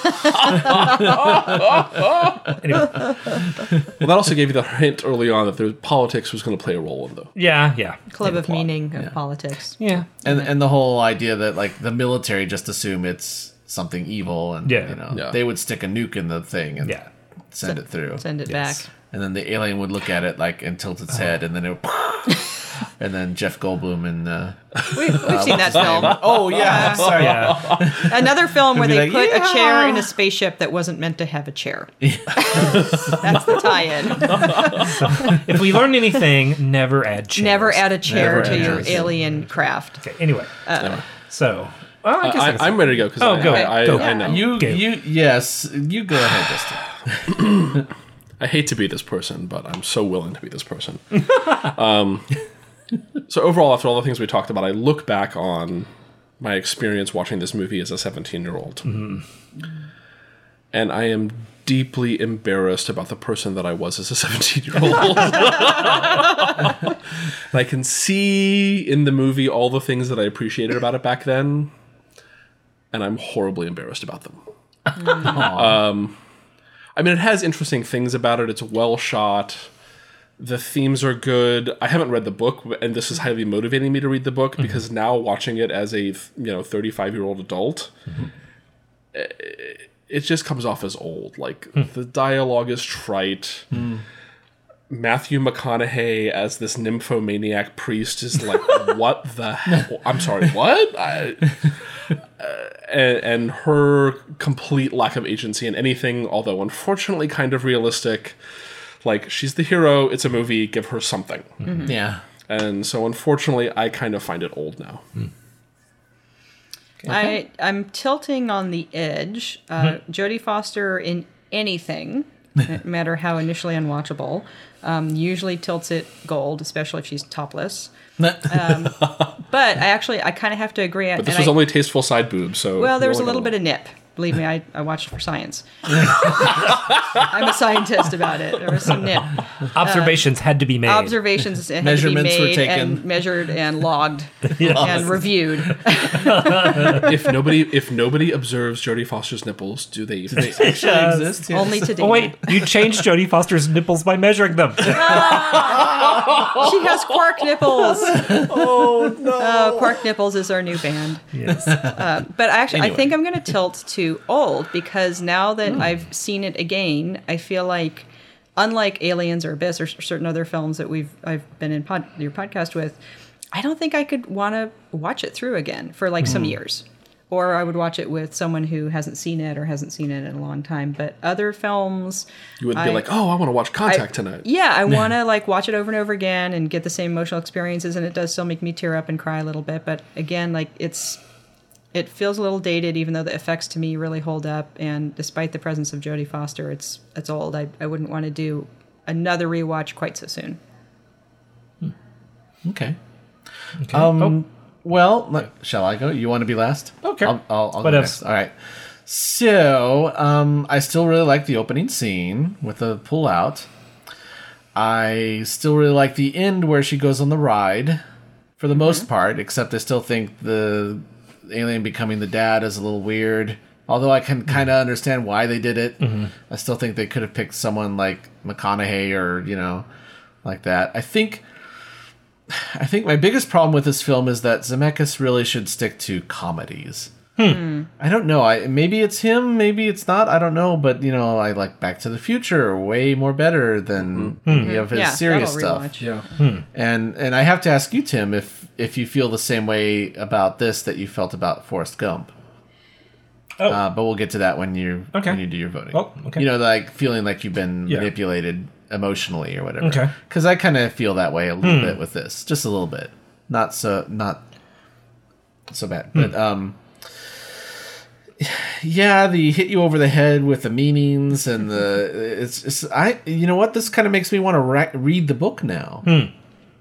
D: that also gave you the hint early on that there, politics was gonna play a role in though.
B: yeah, yeah,
C: Club of meaning of politics.
B: yeah,
A: And and the whole idea that like the military just assume it's something evil, and
B: Yeah.
A: you know
D: Yeah.
A: they would stick a nuke in the thing and
B: yeah.
A: send it through,
C: Send it
B: Yes.
C: back.
A: and then the alien would look at it like and tilt its head, and then it. would And then Jeff Goldblum and uh,
C: We, we've seen that film.
A: oh yeah, sorry,
B: yeah.
C: Another film where
A: It'd
C: they
A: be
C: put
A: like,
C: a chair in a spaceship that wasn't meant to have a chair. That's the tie-in.
B: If we learn anything, never add Uh, chairs.
C: Never add a chair
A: Never
C: to
A: add
C: your
A: chairs.
C: alien craft.
B: Okay. Anyway, so Well,
A: Uh,
B: I guess I
D: I,
B: can
D: I'm ready to go because
B: Oh,
D: I,
B: go.
D: I, I,
B: Go.
D: I know.
A: You,
B: Gail.
A: you, yes, you go ahead, Justin.
D: I hate to be this person, but I'm so willing to be this person. um, so overall, after all the things we talked about, I look back on my experience watching this movie as a 17 year old, and I am deeply embarrassed about the person that I was as a 17 year old. and I can see in the movie all the things that I appreciated about it back then, and I'm horribly embarrassed about them. I mean, it has interesting things about it. It's well shot. The themes are good. I haven't read the book, and this is highly motivating me to read the book because now watching it as a you know thirty five year old adult, eh, it just comes off as old. Like the dialogue is trite. Matthew McConaughey as this nymphomaniac priest is like, what the hell? I'm sorry, what? I, and, and her complete lack of agency in anything, although unfortunately kind of realistic. Like, she's the hero, it's a movie, give her something.
A: Mm-hmm. Yeah.
D: And so, unfortunately, I kind of find it old now.
C: I I'm tilting on the edge. Uh,
A: Mm-hmm.
C: Jodie Foster in anything, no matter how initially unwatchable, um, usually tilts it gold, especially if she's topless. Um, But I actually I kind of have to agree.
D: But this was only tasteful side boob, so.
C: well, there was a
D: no one
C: little bit
D: will-
C: of nip. Believe me, I, I watched it for science. I'm a scientist about it. There was some nip.
B: Observations had to be made.
C: Observations had
A: Measurements
C: to
A: were
C: be made and
A: taken.
C: measured and logged and reviewed.
D: if nobody if nobody observes Jodie Foster's nipples, do they even? exist?
A: Actually exists, yes.
C: Only today.
B: oh wait, you changed Jodie Foster's nipples by measuring them.
C: She has quark nipples. oh no! Uh, quark nipples is our new band. Uh,
B: yes.
C: But actually,
A: Anyway.
C: I think I'm going to tilt to old because now that I've seen it again, I feel like, unlike Aliens or Abyss or s- certain other films that we've I've been in pod, your podcast with, I don't think I could want to watch it through again for like some years, or I would watch it with someone who hasn't seen it or hasn't seen it in a long time. But other films,
D: You would be
C: I-
D: like, oh, I want to watch Contact
C: I-
D: tonight.
C: Yeah, I want to like watch it over and over again and get the same emotional experiences, and it does still make me tear up and cry a little bit. But again, like it's it feels a little dated, even though the effects to me really hold up. And despite the presence of Jodie Foster, it's it's old. I I wouldn't want to do another rewatch quite so soon.
A: Okay. Um, Well, le- shall I go? You want to be last?
B: Okay.
A: I'll, I'll, I'll
B: What
A: go next.
B: else?
A: All right. So, um, I still really like the opening scene with the pull out. I still really like the end where she goes on the ride for the most part, except I still think the alien becoming the dad is a little weird. Although I can kind of understand why they did it, I still think they could have picked someone like McConaughey or, you know, like that. I think I think my biggest problem with this film is that Zemeckis really should stick to comedies.
C: Hmm.
A: I don't know. I maybe it's him, maybe it's not. I don't know. But you know, I like Back to the Future way more better than any of his
C: Hmm. Yeah,
A: serious
C: that'll
A: stuff.
C: rewatch.
D: Yeah.
A: And and I have to ask you, Tim, if if you feel the same way about this that you felt about Forrest Gump.
B: Oh.
A: Uh, but we'll get to that when you
B: Okay.
A: when you do your voting.
B: Oh, okay.
A: You know, like feeling like you've been
B: Yeah.
A: manipulated emotionally or whatever.
B: Okay. Hmm.
A: Because I kind of feel that way a little bit with this, just a little bit. Not so not so bad,
B: Hmm.
A: but um. Yeah, the hit you over the head with the meanings and the it's, it's I you know what this kind of makes me want to ra- read the book now.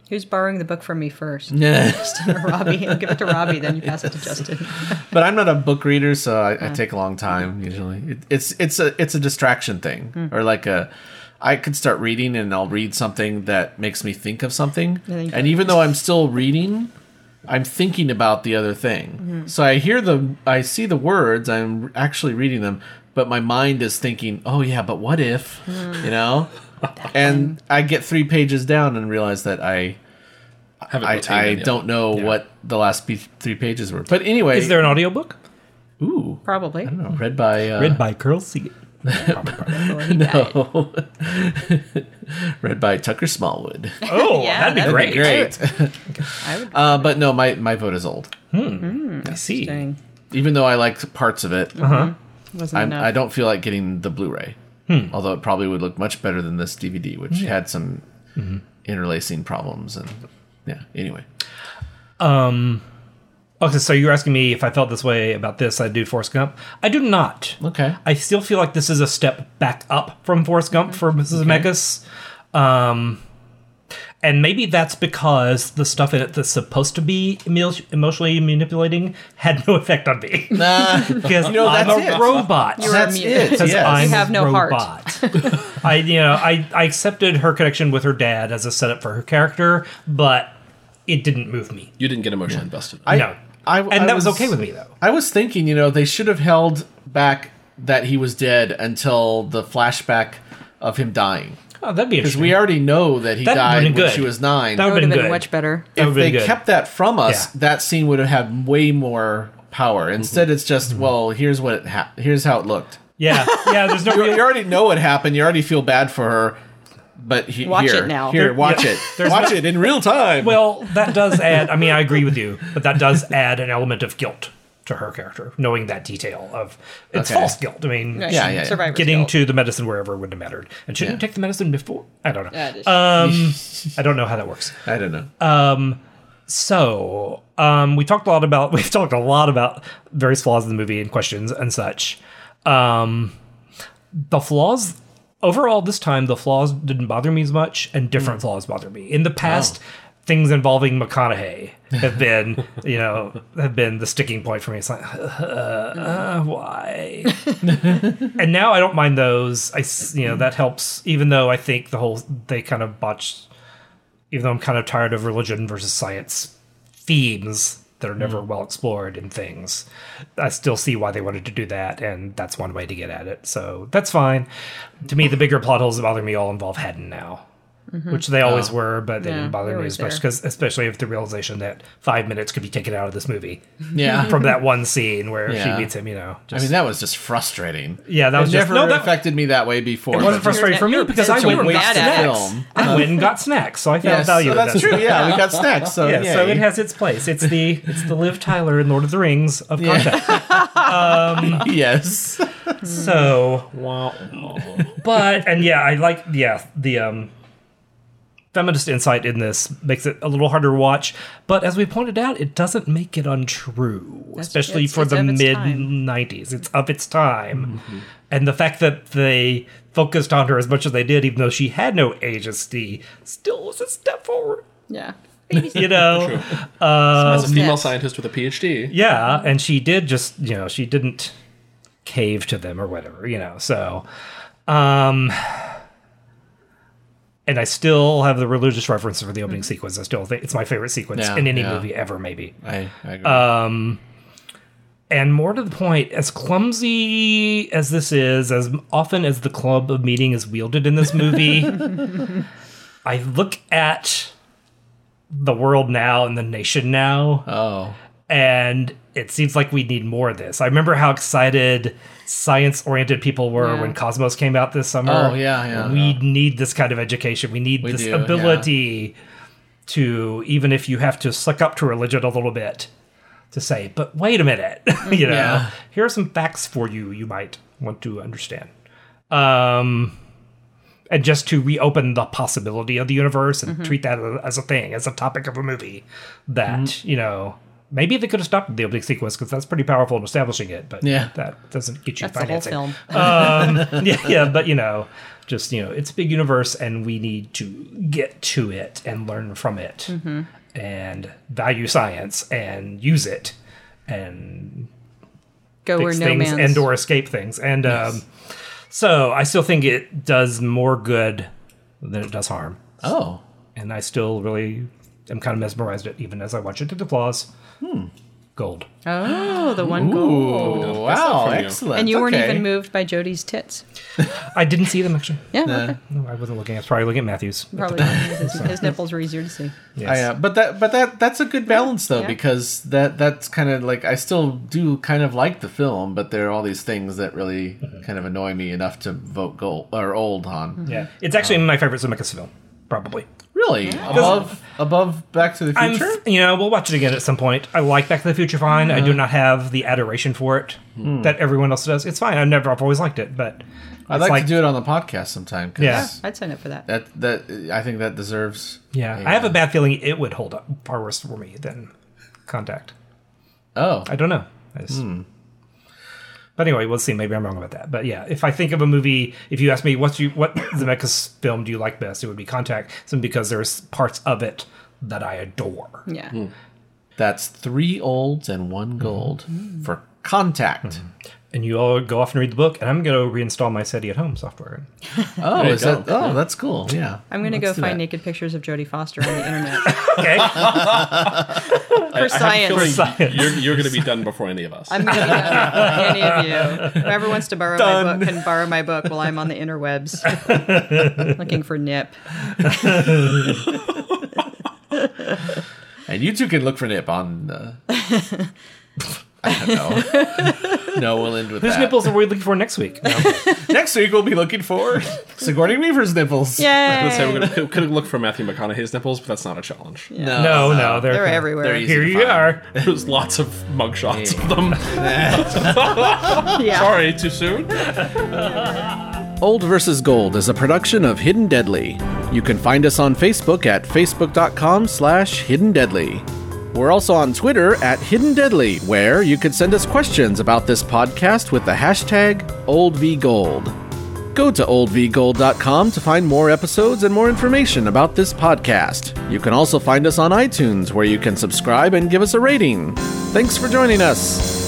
C: Who's borrowing the book from me first?
A: Yeah.
C: Justin or Robbie? I'll give it to Robbie, then you pass it to Justin.
A: but I'm not a book reader, so I, I take a long time usually. It, it's it's a it's a distraction thing,
C: Hmm.
A: or like a I could start reading and I'll read something that makes me think of something,
C: then you
A: and even though I'm still reading, I'm thinking about the other thing.
C: Mm-hmm.
A: So I hear the I see the words, I'm actually reading them, but my mind is thinking, oh yeah, but what if,
C: Hmm.
A: you know? And I get three pages down and realize that I
D: Haven't
A: I,
D: retained
A: I
D: any of
A: don't
D: it.
A: know what the last pe- three pages were. But anyway,
B: Is there an audiobook?
A: ooh
C: Probably.
A: no, read by uh,
B: Read by Oh, Curl C.
C: Well, he died.
A: no. read by Tucker Smallwood.
B: Oh,
C: Yeah,
B: that'd be
C: that'd
B: great.
C: be
A: Great.
C: I would
A: Uh, but no, my my vote is old.
B: I see.
C: dang.
A: Even though I liked parts of it,
C: Wasn't
A: I'm,
C: enough.
A: I don't feel like getting the Blu-ray. Although it probably would look much better than this DVD, which had some interlacing problems and yeah. Anyway,
B: Okay, so you're asking me if I felt this way about this, I do Forrest Gump. I do not.
A: Okay.
B: I still feel like this is a step back up from Forrest Gump for Mrs. Zemeckis. Um, and maybe that's because the stuff in it that's supposed to be emo- emotionally manipulating had no effect on me. Because
A: know,
B: I'm
A: that's
B: a
A: it.
B: robot.
C: You're
A: That's
C: immune.
A: it.
B: Because
A: yes.
B: I'm
C: You have no heart.
B: robot. I you know I I accepted her connection with her dad as a setup for her character, but it didn't move me.
D: You didn't get emotionally invested.
A: I-
B: no,
A: I-
B: and
A: I
B: that was,
A: was-
B: okay with me though.
A: I was thinking, you know, they should have held back that he was dead until the flashback of him dying.
B: Oh, that'd be
A: Because
B: interesting.
A: we already know that he
B: That'd
A: died when
B: been good.
A: she was nine.
E: That
B: That would've
E: would have
B: been
E: been,
B: good.
E: much better.
A: if
B: would've been
A: they
B: good.
A: kept that from us,
B: Yeah. Mm-hmm.
A: that scene would have had way more power. Instead, it's just, well, here's what it ha- here's how it looked.
B: yeah, yeah. There's no
A: You
B: real.
A: already know what happened. You already feel bad for her, but he,
C: Watch
A: here,
C: it now.
A: Here, watch
B: yeah.
A: it.
B: There's
A: watch it in real time.
B: Well, that does add. I mean, I agree with you, but that does add an element of guilt to her character, knowing that detail of it's
A: Okay.
B: false guilt. I mean,
C: Right.
A: Yeah, yeah, yeah.
C: Survivor's
B: getting
C: guilt.
B: to the medicine wherever wouldn't have mattered, and shouldn't you
A: Yeah.
B: take the medicine before? I don't know.
C: Yeah, it is.
B: um, I don't know how that works.
A: I don't
B: uh,
A: know.
B: So, um, we talked a lot about we've talked a lot about various flaws in the movie and questions and such. Um, the flaws overall this time the flaws didn't bother me as much, and different flaws bother me. In the past, things involving McConaughey have been you know have been the sticking point for me. It's like uh, uh, why? and now I don't mind those. I s- you know that helps, even though I think the whole they kind of botched even though I'm kind of tired of religion versus science themes that are never
C: Mm.
B: well explored in things, I still see why they wanted to do that, and that's one way to get at it. So that's fine. To me, the bigger plot holes that bother me all involve Haddon now, which they always were, but they
C: Mm-hmm. Oh. Yeah,
B: didn't bother
C: they're
B: me
C: always
B: as much
C: there.
B: because, especially with the realization that five minutes could be taken out of this movie
A: yeah.
B: from that one scene where
A: Yeah.
B: she beats him. You know,
A: I
B: just,
A: mean, that was just frustrating.
B: Yeah, that
A: It
B: was just-
A: never
B: no, that-
A: affected me that way before.
B: it
A: but-
B: wasn't frustrating for me
C: You're-
B: because I
C: it's a
B: went and
C: waste
B: got
C: of
B: snacks.
A: film.
B: I went and got snacks, so I found
A: Yes,
B: value.
A: so
B: in
A: that's
B: that.
A: true. Yeah, we got snacks. So
B: yeah, so
A: yay.
B: it has its place. It's the it's the Liv Tyler in Lord of the Rings of
A: Yeah.
B: content.
A: yes.
B: So, but and yeah, I like yeah the um feminist insight in this makes it a little harder to watch. But as we pointed out, it doesn't make it untrue, especially
C: it's-
B: for
C: it's
B: the
C: of its
B: mid
C: time.
B: '90s. It's of its time, and the fact that they focused on her as much as they did, even though she had no agency, still was a step forward.
C: Yeah.
B: You know.
D: As a female
C: Yes.
D: scientist with a PhD,
B: Yeah, and she did just, you know, she didn't cave to them or whatever, you know. So, um and I still have the religious reference for the opening sequence. I still think it's my favorite sequence
A: Mm. Yeah,
B: in any
A: yeah.
B: movie ever maybe.
A: I, I agree.
B: Uh, And more to the point, as clumsy as this is, as often as the club of meeting is wielded in this movie, I look at the world now and the nation now
A: oh.
B: and it seems like we need more of this. I remember how excited science oriented people were
C: Yeah.
B: when Cosmos came out this summer.
A: Oh, yeah, yeah.
B: We need this kind of education. We need
A: We
B: this
A: do,
B: ability to, even if you have to suck up to religion a little bit, to say, but wait a minute, you know,
A: Yeah.
B: here are some facts for you you might want to understand. Um, and just to reopen the possibility of the universe
A: Mm-hmm.
B: and treat that as a thing, as a topic of a movie. That
A: Mm-hmm.
B: you know, maybe they could have stopped the opening sequence because that's pretty powerful in establishing it. But
A: Yeah.
B: that doesn't get you
C: That's the whole
B: financing.
C: film.
B: Um, yeah, yeah, but you know, just you know, it's a big universe, and we need to get to it and learn from it,
C: Mm-hmm.
B: and value science and use it, and
C: Go where
B: fix
C: no
B: things
C: man's.
B: and or escape things. And um, so I still think it does more good than it does harm.
A: Oh.
B: And I still really am kind of mesmerized it even as I watch it through the flaws. Gold.
C: oh, the one goal.
A: Ooh,
D: not
A: wow.
D: for you.
A: Excellent.
C: And you weren't
A: Okay.
C: even moved by Jody's tits.
B: I didn't see them actually.
C: Yeah. okay.
B: No, I wasn't looking. I was probably looking at Matthews.
C: Probably his, his nipples were easier to see.
B: Yes.
A: I, uh, but that, but that, that's a good balance though,
C: Yeah.
A: because that, that's kind of like I still do kind of like the film, but there are all these things that really kind of annoy me enough to vote gold or old on.
C: Mm-hmm.
B: yeah. It's actually
A: Um,
B: my favorite Zemeckis film, probably.
A: Really, above, above Back to the
B: I'm,
A: Future.
B: f- you know, we'll watch it again at some point. I like Back to the Future fine.
A: Mm-hmm.
B: I do not have the adoration for it
A: Hmm.
B: that everyone else does. It's fine. I've never, I've always liked it, but
A: I'd
B: it's
A: like, to do it on the podcast sometime. 'cause
B: Yeah.
C: I'd sign up for that.
A: That that I think that deserves.
B: Yeah, I have a bad feeling it would hold up far worse for me than Contact.
A: Oh,
B: I don't know. I just-
A: Hmm.
B: But anyway, we'll see. Maybe I'm wrong about that. But yeah, if I think of a movie, if you ask me what's you what Zemeckis film do you like best, it would be Contact, simply because there's parts of it that I adore.
C: Yeah.
A: Hmm. that's three olds and one gold
C: Mm.
A: for contact.
B: And you all go off and read the book, and I'm going to reinstall my SETI at home software.
A: Oh,
D: you
A: is that?
D: go.
A: Oh, that's cool. Yeah,
C: I'm gonna
A: Let's
C: go
A: do
C: find
A: that.
C: naked pictures of Jodie Foster on the internet
B: Okay,
C: for science.
B: science.
D: You're, you're going to be done before any of us.
C: I'm gonna be done. any of you. Whoever wants to borrow my book can borrow my book while I'm on the interwebs looking for Nip.
A: And you two can look for Nip on. Uh, I don't know. no, we'll end with
B: whose
A: that.
B: nipples are we looking for next week? No.
A: Next week we'll be looking for Sigourney Weaver's nipples.
D: Let's say
C: Yeah.
D: we're going to look for Matthew McConaughey's nipples, but that's not a challenge.
A: No,
B: No, no, they're,
C: They're
B: kinda-
C: everywhere.
A: They're easy
B: Here
A: to
B: you
A: find.
B: are.
D: There's lots of mugshots of them.
C: Yeah.
D: Sorry, too soon.
A: Old vs. Gold is a production of Hidden Deadly. You can find us on Facebook at facebook.com slash hidden deadly. We're also on Twitter at Hidden Deadly, where you can send us questions about this podcast with the hashtag OldVGold. Go to oldvgold.com to find more episodes and more information about this podcast. You can also find us on iTunes, where you can subscribe and give us a rating. Thanks for joining us.